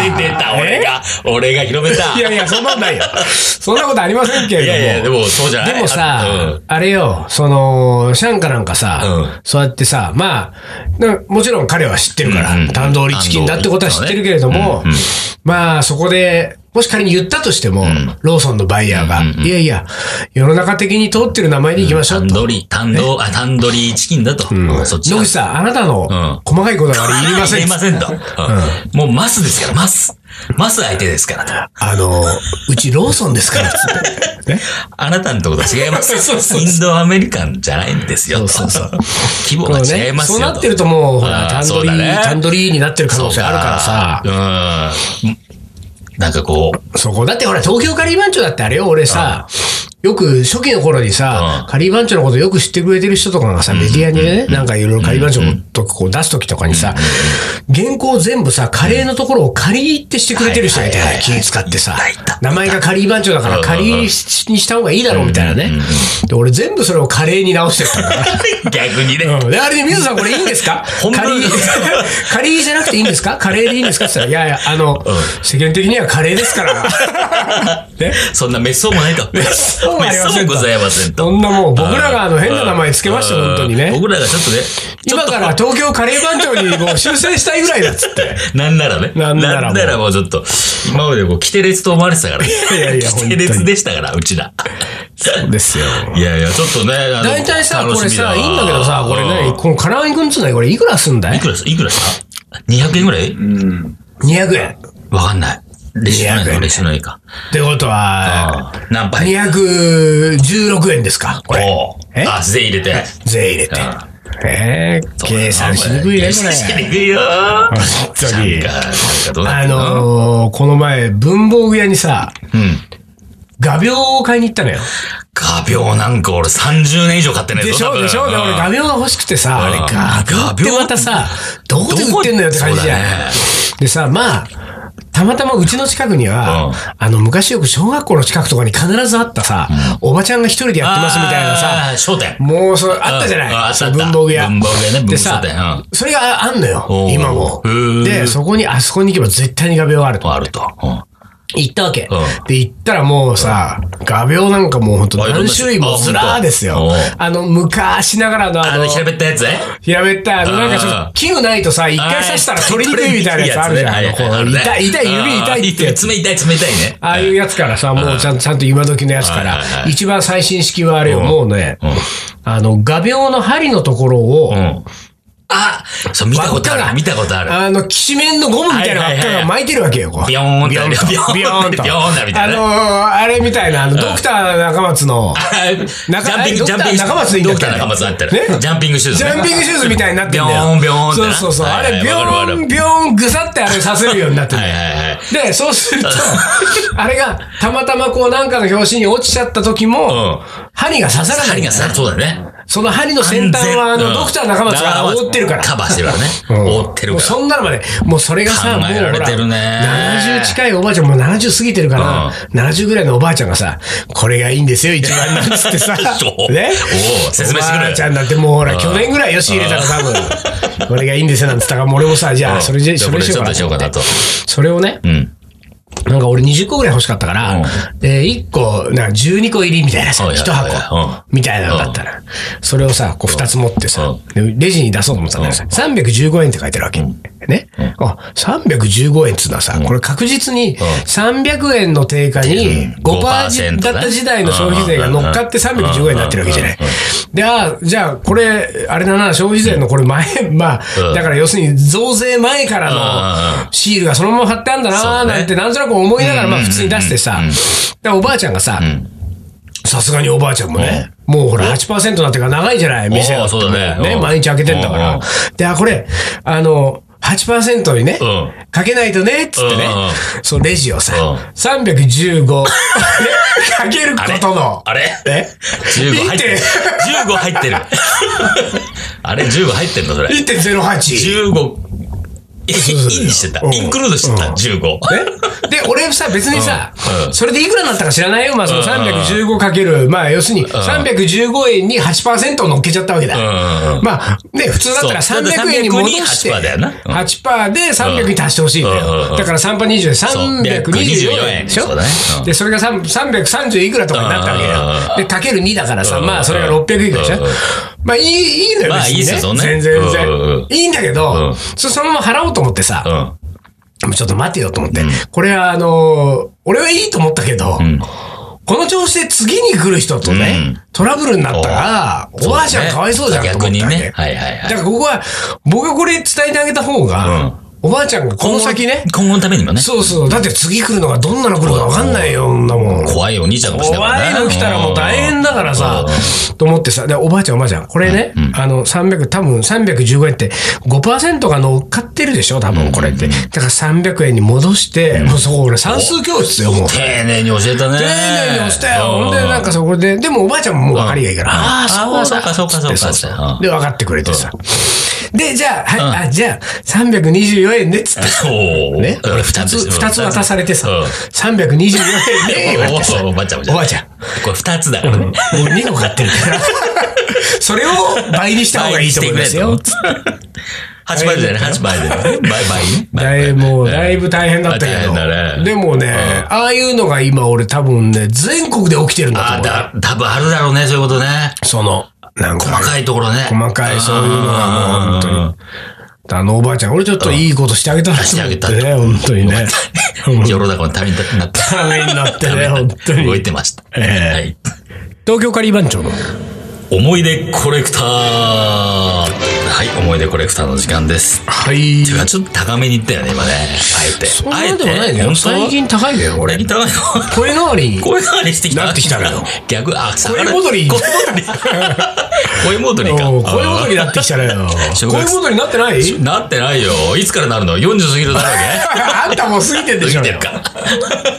[SPEAKER 2] 俺 出た、俺が。俺が広めた。
[SPEAKER 1] いやいや、そんなことないよ。そんなことありませんけれ
[SPEAKER 2] い
[SPEAKER 1] ども。
[SPEAKER 2] やいや、でもそうじゃない。
[SPEAKER 1] でもさ、
[SPEAKER 2] あ
[SPEAKER 1] あ
[SPEAKER 2] うん
[SPEAKER 1] れよ、その、シャンカなんかさ、
[SPEAKER 2] うん
[SPEAKER 1] そうやってさ、まあ、なもちろん彼は知ってるから、
[SPEAKER 2] うんうん
[SPEAKER 1] タンドリーチキンだってことは知ってるけれども、
[SPEAKER 2] うんうん
[SPEAKER 1] まあ、そこで、もし仮に言ったとしても、ローソンのバイヤーが、いやいや、世の中的に通ってる名前でいきましょ
[SPEAKER 2] タ
[SPEAKER 1] う
[SPEAKER 2] ン
[SPEAKER 1] と。
[SPEAKER 2] ドリ、タンド、あ、タンドリーチキンだと。そっち
[SPEAKER 1] 野
[SPEAKER 2] だ
[SPEAKER 1] 口さん、あなたの
[SPEAKER 2] ん
[SPEAKER 1] 細かいこだわり いりません。
[SPEAKER 2] いりませんと。うんもうマスですから、マス。マス相手ですからと。
[SPEAKER 1] あの、うちローソンですから、つ って。ね
[SPEAKER 2] あなたのとことは違います。インドアメリカンじゃないんですよ。
[SPEAKER 1] そうそう
[SPEAKER 2] 規模
[SPEAKER 1] こ
[SPEAKER 2] が
[SPEAKER 1] う
[SPEAKER 2] 違い
[SPEAKER 1] ね、
[SPEAKER 2] ます
[SPEAKER 1] そ
[SPEAKER 2] よ。
[SPEAKER 1] うなってるともう、ほら、
[SPEAKER 2] あー
[SPEAKER 1] タンドリ
[SPEAKER 2] そ
[SPEAKER 1] ー、
[SPEAKER 2] うだね
[SPEAKER 1] タンドリーになってる可能性あるからさ。
[SPEAKER 2] そうか。うん。なんかこう、
[SPEAKER 1] そこ。だってほら、東京カリー番長だってあれよ、俺さ、よく初期の頃にさ、
[SPEAKER 2] うん
[SPEAKER 1] カリー番長のことよく知ってくれてる人とかがさ、メディアにね、なんかいろいろカリー番長のとこう出すときとかにさ、原稿全部さ、カレーのところをカリーってしてくれてる人がいたよ
[SPEAKER 2] はい
[SPEAKER 1] ね
[SPEAKER 2] はい
[SPEAKER 1] 気使ってさ
[SPEAKER 2] いたいた、
[SPEAKER 1] 名前がカリー番長だから
[SPEAKER 2] うん
[SPEAKER 1] カリーにした方がいいだろうみたいなね。で、俺全部それをカレーに直してったんだから。
[SPEAKER 2] 逆にね。
[SPEAKER 1] うんで、あれで、水野さんこれいいんですか
[SPEAKER 2] 本
[SPEAKER 1] カ
[SPEAKER 2] 物
[SPEAKER 1] リー、カリーじゃなくていいんですかカレーでいいん ですかって言ったら、いやいや、あの、世間的にはカレーですから。ね
[SPEAKER 2] そんな滅相もないと。
[SPEAKER 1] そうありませ
[SPEAKER 2] そうん
[SPEAKER 1] と
[SPEAKER 2] ございませんと。
[SPEAKER 1] そんなもう僕らがあの変な名前つけましたよ
[SPEAKER 2] うん
[SPEAKER 1] 本当にね
[SPEAKER 2] 僕らがちょっとね、ちょ
[SPEAKER 1] 今
[SPEAKER 2] っと
[SPEAKER 1] から東京カレー番長にもう修正したいぐらいだっつって。
[SPEAKER 2] なんならね。
[SPEAKER 1] なんならもう
[SPEAKER 2] もうちょっと、今までこう、規定列と思われてたからね。
[SPEAKER 1] いやいや
[SPEAKER 2] 規定
[SPEAKER 1] 本当
[SPEAKER 2] 列
[SPEAKER 1] に
[SPEAKER 2] でしたから、う ちら。
[SPEAKER 1] ですよ。
[SPEAKER 2] いやいや、ちょっとね、あの
[SPEAKER 1] 大体さ、これさ、いいんだけどさ、これ。
[SPEAKER 2] 楽しみ
[SPEAKER 1] ね、
[SPEAKER 2] わ
[SPEAKER 1] この唐揚げくんっつうのはこれいくらすんだ
[SPEAKER 2] うんい
[SPEAKER 1] い
[SPEAKER 2] くらす、いくらした ?200 円ぐらい
[SPEAKER 1] ?200 円。っ
[SPEAKER 2] わかんない。レシピない
[SPEAKER 1] 200
[SPEAKER 2] の
[SPEAKER 1] 円
[SPEAKER 2] レシピないか。
[SPEAKER 1] てことは、
[SPEAKER 2] 何杯
[SPEAKER 1] 216円ですかこれ。
[SPEAKER 2] お
[SPEAKER 1] え
[SPEAKER 2] ーあ、税入れて。
[SPEAKER 1] 税入れて
[SPEAKER 2] あ。
[SPEAKER 1] えー計算しにくいね、こ
[SPEAKER 2] 計算しに
[SPEAKER 1] れ。
[SPEAKER 2] くいよー。
[SPEAKER 1] 本当に
[SPEAKER 2] なんか、なんかどう
[SPEAKER 1] あ
[SPEAKER 2] なってんの
[SPEAKER 1] のー、この前、文房具屋にさ、
[SPEAKER 2] うん。
[SPEAKER 1] 画鋲を買いに行ったのよ。
[SPEAKER 2] 画鋲なんか俺30年以上買ってないぞ。
[SPEAKER 1] でし
[SPEAKER 2] 多
[SPEAKER 1] ょ
[SPEAKER 2] 分
[SPEAKER 1] でしょで俺画鋲が欲しくてさ、あれ
[SPEAKER 2] うん
[SPEAKER 1] 画鋲ってまたさ、どこで売ってんのよって感じじゃん
[SPEAKER 2] どこそうだね。
[SPEAKER 1] でさ、まあ、たまたまうちの近くに
[SPEAKER 2] う
[SPEAKER 1] は
[SPEAKER 2] ん、
[SPEAKER 1] あの、昔よく小学校の近くとかに必ずあったさ、おばちゃんが一人でやってますみたいなさ、
[SPEAKER 2] あー、商店。
[SPEAKER 1] もうそれあったじゃ
[SPEAKER 2] うんあ
[SPEAKER 1] な
[SPEAKER 2] あっ
[SPEAKER 1] い
[SPEAKER 2] たあ
[SPEAKER 1] そ
[SPEAKER 2] っ
[SPEAKER 1] の
[SPEAKER 2] た
[SPEAKER 1] 文房具屋。
[SPEAKER 2] 文房具屋ね文
[SPEAKER 1] で
[SPEAKER 2] 房
[SPEAKER 1] さ
[SPEAKER 2] 具店うん、
[SPEAKER 1] それがあんのよ
[SPEAKER 2] お、う
[SPEAKER 1] 今も
[SPEAKER 2] へー。
[SPEAKER 1] で、そこに、あそこに行けば絶対に画鋲があると。
[SPEAKER 2] あると。うん
[SPEAKER 1] 行ったわけ
[SPEAKER 2] う。
[SPEAKER 1] で、行ったらもうさ、画鋲なんかもうほんと
[SPEAKER 2] あいろ
[SPEAKER 1] 何
[SPEAKER 2] んな
[SPEAKER 1] 種類もずらーです
[SPEAKER 2] あ本
[SPEAKER 1] よ
[SPEAKER 2] 当おう。
[SPEAKER 1] あの、昔ながらのあ
[SPEAKER 2] あ
[SPEAKER 1] の
[SPEAKER 2] の、、平べったやつね。
[SPEAKER 1] 平べったい、あの、なんかちょっ
[SPEAKER 2] うん
[SPEAKER 1] と、器具ないとさ、一回刺したら取りにくいみたいなやつあるじゃん。あのこう痛い、痛い、指痛いってやつ。
[SPEAKER 2] 爪痛い、爪痛いね。
[SPEAKER 1] ああいうやつからさ、もうちゃんちゃんと今時のやつか
[SPEAKER 2] は
[SPEAKER 1] ら
[SPEAKER 2] いはいは、い
[SPEAKER 1] 一番最新式はあれよ、もうね
[SPEAKER 2] うん、
[SPEAKER 1] あの、画鋲の針のところを、
[SPEAKER 2] うん。あ、そう、見たことある、見たことある。
[SPEAKER 1] あの、きしめんのゴムみたいな輪っかが巻いてるわけよ、こう。
[SPEAKER 2] ビヨーンって
[SPEAKER 1] ビヨーンと。
[SPEAKER 2] ビヨーン
[SPEAKER 1] ビヨーンと。
[SPEAKER 2] ビヨーンだみたいなね
[SPEAKER 1] あのー、あれみたいな、あの、ドクター中松の、
[SPEAKER 2] ジ
[SPEAKER 1] 中
[SPEAKER 2] ャンピング、
[SPEAKER 1] あ
[SPEAKER 2] ジャン
[SPEAKER 1] ドクタ
[SPEAKER 2] ピン
[SPEAKER 1] ー
[SPEAKER 2] グ、
[SPEAKER 1] 中松でいいんだ
[SPEAKER 2] ド
[SPEAKER 1] っ
[SPEAKER 2] ク
[SPEAKER 1] け
[SPEAKER 2] ター中松だったら
[SPEAKER 1] ね
[SPEAKER 2] ジャンピングシューズ
[SPEAKER 1] ジ
[SPEAKER 2] ね。
[SPEAKER 1] ャンピングシューズみたいになってんだよ。
[SPEAKER 2] ビヨーンビョーンって
[SPEAKER 1] そう
[SPEAKER 2] な
[SPEAKER 1] そうそう。あ
[SPEAKER 2] は
[SPEAKER 1] れ、
[SPEAKER 2] い
[SPEAKER 1] ビ
[SPEAKER 2] はい
[SPEAKER 1] ョ
[SPEAKER 2] わかるわか
[SPEAKER 1] ーン、
[SPEAKER 2] る
[SPEAKER 1] ビョーン、ぐさってあれさせるようになってん
[SPEAKER 2] は
[SPEAKER 1] だ
[SPEAKER 2] い
[SPEAKER 1] よ。
[SPEAKER 2] はいはい。
[SPEAKER 1] で、そうす ると、あれが、たまたまこうなんかの表紙に落ちちゃった時も
[SPEAKER 2] うん、
[SPEAKER 1] 針が刺さらない
[SPEAKER 2] 針
[SPEAKER 1] ん
[SPEAKER 2] が
[SPEAKER 1] だよ。
[SPEAKER 2] さ、そうだね。
[SPEAKER 1] その針の先端は、あの、ドクター中松が覆ってるから。
[SPEAKER 2] カバーしてるからね。覆ってる
[SPEAKER 1] もう
[SPEAKER 2] から。
[SPEAKER 1] そんなのまで、もうそれがさ、
[SPEAKER 2] 考えられて
[SPEAKER 1] も
[SPEAKER 2] るね
[SPEAKER 1] うほら70近いおばあちゃん、もう70過ぎてるから、70ぐらいのおばあちゃんがさ、これがいいんですよ、一番なんつってさ
[SPEAKER 2] そう、
[SPEAKER 1] ね
[SPEAKER 2] おう説明してくれ
[SPEAKER 1] おばあちゃんだってもうほら、去年ぐらいよ、仕入れたら多分、これがいいんですよ、なんつったから、もう俺もさ、じゃあ、それじゃ、そ
[SPEAKER 2] こ
[SPEAKER 1] れ
[SPEAKER 2] れ
[SPEAKER 1] し
[SPEAKER 2] ち
[SPEAKER 1] よ
[SPEAKER 2] ょ
[SPEAKER 1] う
[SPEAKER 2] っ
[SPEAKER 1] か
[SPEAKER 2] としようかな
[SPEAKER 1] な。
[SPEAKER 2] と。
[SPEAKER 1] それをね、
[SPEAKER 2] うん。
[SPEAKER 1] なんか俺20個ぐらい欲しかったから、
[SPEAKER 2] うん
[SPEAKER 1] で、1個、なんか12個入りみたいなさ、
[SPEAKER 2] はいはい
[SPEAKER 1] 1
[SPEAKER 2] はい
[SPEAKER 1] 箱、
[SPEAKER 2] うん
[SPEAKER 1] みたいなのだったら、それをさ、こう2つ持ってさ、でレジに出そうと思ったんだけどさ、
[SPEAKER 2] う
[SPEAKER 1] 315円って書いてるわけ。ね。あ、315円っつうのはさ、これ確実に300円の定価に
[SPEAKER 2] うん
[SPEAKER 1] 5%だった時代の消費税が乗っかって315円になってるわけじゃない。で、あ、じゃあこれ、あれだな、消費税のこれ前、まあ
[SPEAKER 2] う、ん
[SPEAKER 1] だから要するに増税前から
[SPEAKER 2] うんうん
[SPEAKER 1] のシールがそのまま貼ってあんだな
[SPEAKER 2] そ
[SPEAKER 1] ー
[SPEAKER 2] うね
[SPEAKER 1] なんてなんとなく思いながら、まあ
[SPEAKER 2] うん
[SPEAKER 1] 普通に出してさ、でおばあちゃんがさ
[SPEAKER 2] ん、
[SPEAKER 1] さすがにおばあちゃんもね、もうほら8%になってから長いじゃない、店
[SPEAKER 2] お
[SPEAKER 1] が。
[SPEAKER 2] ーそうだねうん
[SPEAKER 1] 毎日開けてんだか
[SPEAKER 2] う
[SPEAKER 1] ら
[SPEAKER 2] ん。
[SPEAKER 1] で、あ、これ、あの、8%にね
[SPEAKER 2] うん、
[SPEAKER 1] かけないとね、っつってね
[SPEAKER 2] うんうんうん、
[SPEAKER 1] そう、レジをさ
[SPEAKER 2] うん、
[SPEAKER 1] 315、ねかけることの、
[SPEAKER 2] あれ
[SPEAKER 1] ね
[SPEAKER 2] ?15 入ってる。15入ってる。あれ ?15 入ってんのそれ。
[SPEAKER 1] 1.08。
[SPEAKER 2] 15。インしてた。インクルードしてた。15。
[SPEAKER 1] ね で、俺さ、別にさ
[SPEAKER 2] うんう、ん
[SPEAKER 1] それでいくらになったか知らないよ。まあ、その
[SPEAKER 2] うんうんうん
[SPEAKER 1] 315かける、まあ、要するに315円に8%を乗っけちゃったわけだ。
[SPEAKER 2] うん。
[SPEAKER 1] まあ、ね、普通だったら
[SPEAKER 2] そう
[SPEAKER 1] 300円に戻して、
[SPEAKER 2] 300に8%だよなうん
[SPEAKER 1] 8%で300に足してほしいんだ
[SPEAKER 2] うんうんう
[SPEAKER 1] よ。
[SPEAKER 2] ん
[SPEAKER 1] だから3%で20で324
[SPEAKER 2] 324
[SPEAKER 1] 円
[SPEAKER 2] 円
[SPEAKER 1] でしょ
[SPEAKER 2] そうだねうん
[SPEAKER 1] で、それが3 330いくらとかになった
[SPEAKER 2] う
[SPEAKER 1] わ
[SPEAKER 2] んうんうん
[SPEAKER 1] けよ。で、かける2だからさ、
[SPEAKER 2] うんうんうん
[SPEAKER 1] まあ、それが600いくらでしょ
[SPEAKER 2] うんうん。
[SPEAKER 1] まあ、いい、いいのよ、
[SPEAKER 2] まあ
[SPEAKER 1] 別に
[SPEAKER 2] いいっすよそんな
[SPEAKER 1] 全
[SPEAKER 2] ね
[SPEAKER 1] 然、全
[SPEAKER 2] うんうんうん
[SPEAKER 1] 然。いいんだけ
[SPEAKER 2] う
[SPEAKER 1] ど
[SPEAKER 2] ん、
[SPEAKER 1] そそのまま払おうと思ってさ
[SPEAKER 2] う、ん。
[SPEAKER 1] ちょっと待てよと思って。これは、あのー、俺はいいと思ったけど、
[SPEAKER 2] ん
[SPEAKER 1] この調子で次に来る人とね、
[SPEAKER 2] うん
[SPEAKER 1] トラブルになったら、おばあちゃんかわいそうじゃんと思
[SPEAKER 2] 逆
[SPEAKER 1] った
[SPEAKER 2] に
[SPEAKER 1] わけ
[SPEAKER 2] ね。はいはいは
[SPEAKER 1] だ
[SPEAKER 2] い。
[SPEAKER 1] からここは、僕がこれ伝えてあげた方が、
[SPEAKER 2] うん
[SPEAKER 1] おばあちゃんがこの先ね、
[SPEAKER 2] 今後のためにもね。
[SPEAKER 1] そうそう、だって次来るのがどんなの来るかわかんないよ、そんなもん。
[SPEAKER 2] 怖いお兄ちゃんかもしれな
[SPEAKER 1] 怖
[SPEAKER 2] い
[SPEAKER 1] いの来たらもう大変だからさ、と思ってさ、で、おばあちゃんおばあちゃん、これね、あの、300、多分315円って5%が乗っかってるでしょ、多分これって。だから300円に戻して、もうそこ俺算数教室よ、もう。
[SPEAKER 2] 丁寧に教えたね。
[SPEAKER 1] 丁寧に押して、ほんで、なんかそこで、でもおばあちゃんももう分かりがいいから、
[SPEAKER 2] ああそうだ
[SPEAKER 1] で
[SPEAKER 2] そうかそうかそうかうん
[SPEAKER 1] で、分かってくれてさ。で、じゃあ、はい、あ、じゃあ、324円ね、つって。
[SPEAKER 2] お
[SPEAKER 1] ね
[SPEAKER 2] ね。。
[SPEAKER 1] 俺二つ、二つ渡されてさ、324円ね、 言われてさ。
[SPEAKER 2] おばあちゃん
[SPEAKER 1] おばあちゃん。
[SPEAKER 2] これ二つだからね。
[SPEAKER 1] もう2個買ってるから。それを倍にした方がいいと思いますよ。
[SPEAKER 2] 倍にしてくれと8倍だよね、8倍だよね。倍倍ね。倍
[SPEAKER 1] だいもう、だいぶ大変だったけ
[SPEAKER 2] 大変だ
[SPEAKER 1] ど。
[SPEAKER 2] ね
[SPEAKER 1] でもね、ああいうのが今俺多分ね、全国で起きてるんだと
[SPEAKER 2] あ
[SPEAKER 1] 思
[SPEAKER 2] あ、
[SPEAKER 1] う。
[SPEAKER 2] だ、多分あるだろうね、そういうことね。
[SPEAKER 1] その、なんか、
[SPEAKER 2] 細かいところね。
[SPEAKER 1] 細かい、そういうのがもう本当に。
[SPEAKER 2] うん
[SPEAKER 1] だからあのおばあちゃん、俺ちょっといいことしてあげたら
[SPEAKER 2] してあげた
[SPEAKER 1] ね、本当にね。
[SPEAKER 2] 世の中のためになって、
[SPEAKER 1] ためになってね、本当
[SPEAKER 2] 動い
[SPEAKER 1] に。
[SPEAKER 2] てました。
[SPEAKER 1] ええ
[SPEAKER 2] はい。
[SPEAKER 1] 東京カリー番長の。
[SPEAKER 2] 思い出コレクターはい、思い出コレクターの時間です。
[SPEAKER 1] はい
[SPEAKER 2] て。かちょっと高めに行ったよね、今ね。
[SPEAKER 1] そん
[SPEAKER 2] あ
[SPEAKER 1] な
[SPEAKER 2] え
[SPEAKER 1] で
[SPEAKER 2] て。あえ
[SPEAKER 1] もない
[SPEAKER 2] て、
[SPEAKER 1] ね。
[SPEAKER 2] 最
[SPEAKER 1] 最
[SPEAKER 2] 近、
[SPEAKER 1] 近高いね、俺。
[SPEAKER 2] 最近高いの。
[SPEAKER 1] 声変わり。
[SPEAKER 2] 声変わりしてきた。
[SPEAKER 1] なってきたのよ。
[SPEAKER 2] 逆、あ、
[SPEAKER 1] 声戻り。
[SPEAKER 2] 声 声戻りか。
[SPEAKER 1] おう声戻りになってきたね。
[SPEAKER 2] 小
[SPEAKER 1] 声
[SPEAKER 2] 学生
[SPEAKER 1] 戻りになってない
[SPEAKER 2] なってないよ。いつからなるの ?40 過ぎるだろう
[SPEAKER 1] あんたもう過ぎてんで
[SPEAKER 2] ね。
[SPEAKER 1] し
[SPEAKER 2] 過
[SPEAKER 1] ょ
[SPEAKER 2] ぎ
[SPEAKER 1] う
[SPEAKER 2] てる
[SPEAKER 1] よ。
[SPEAKER 2] か。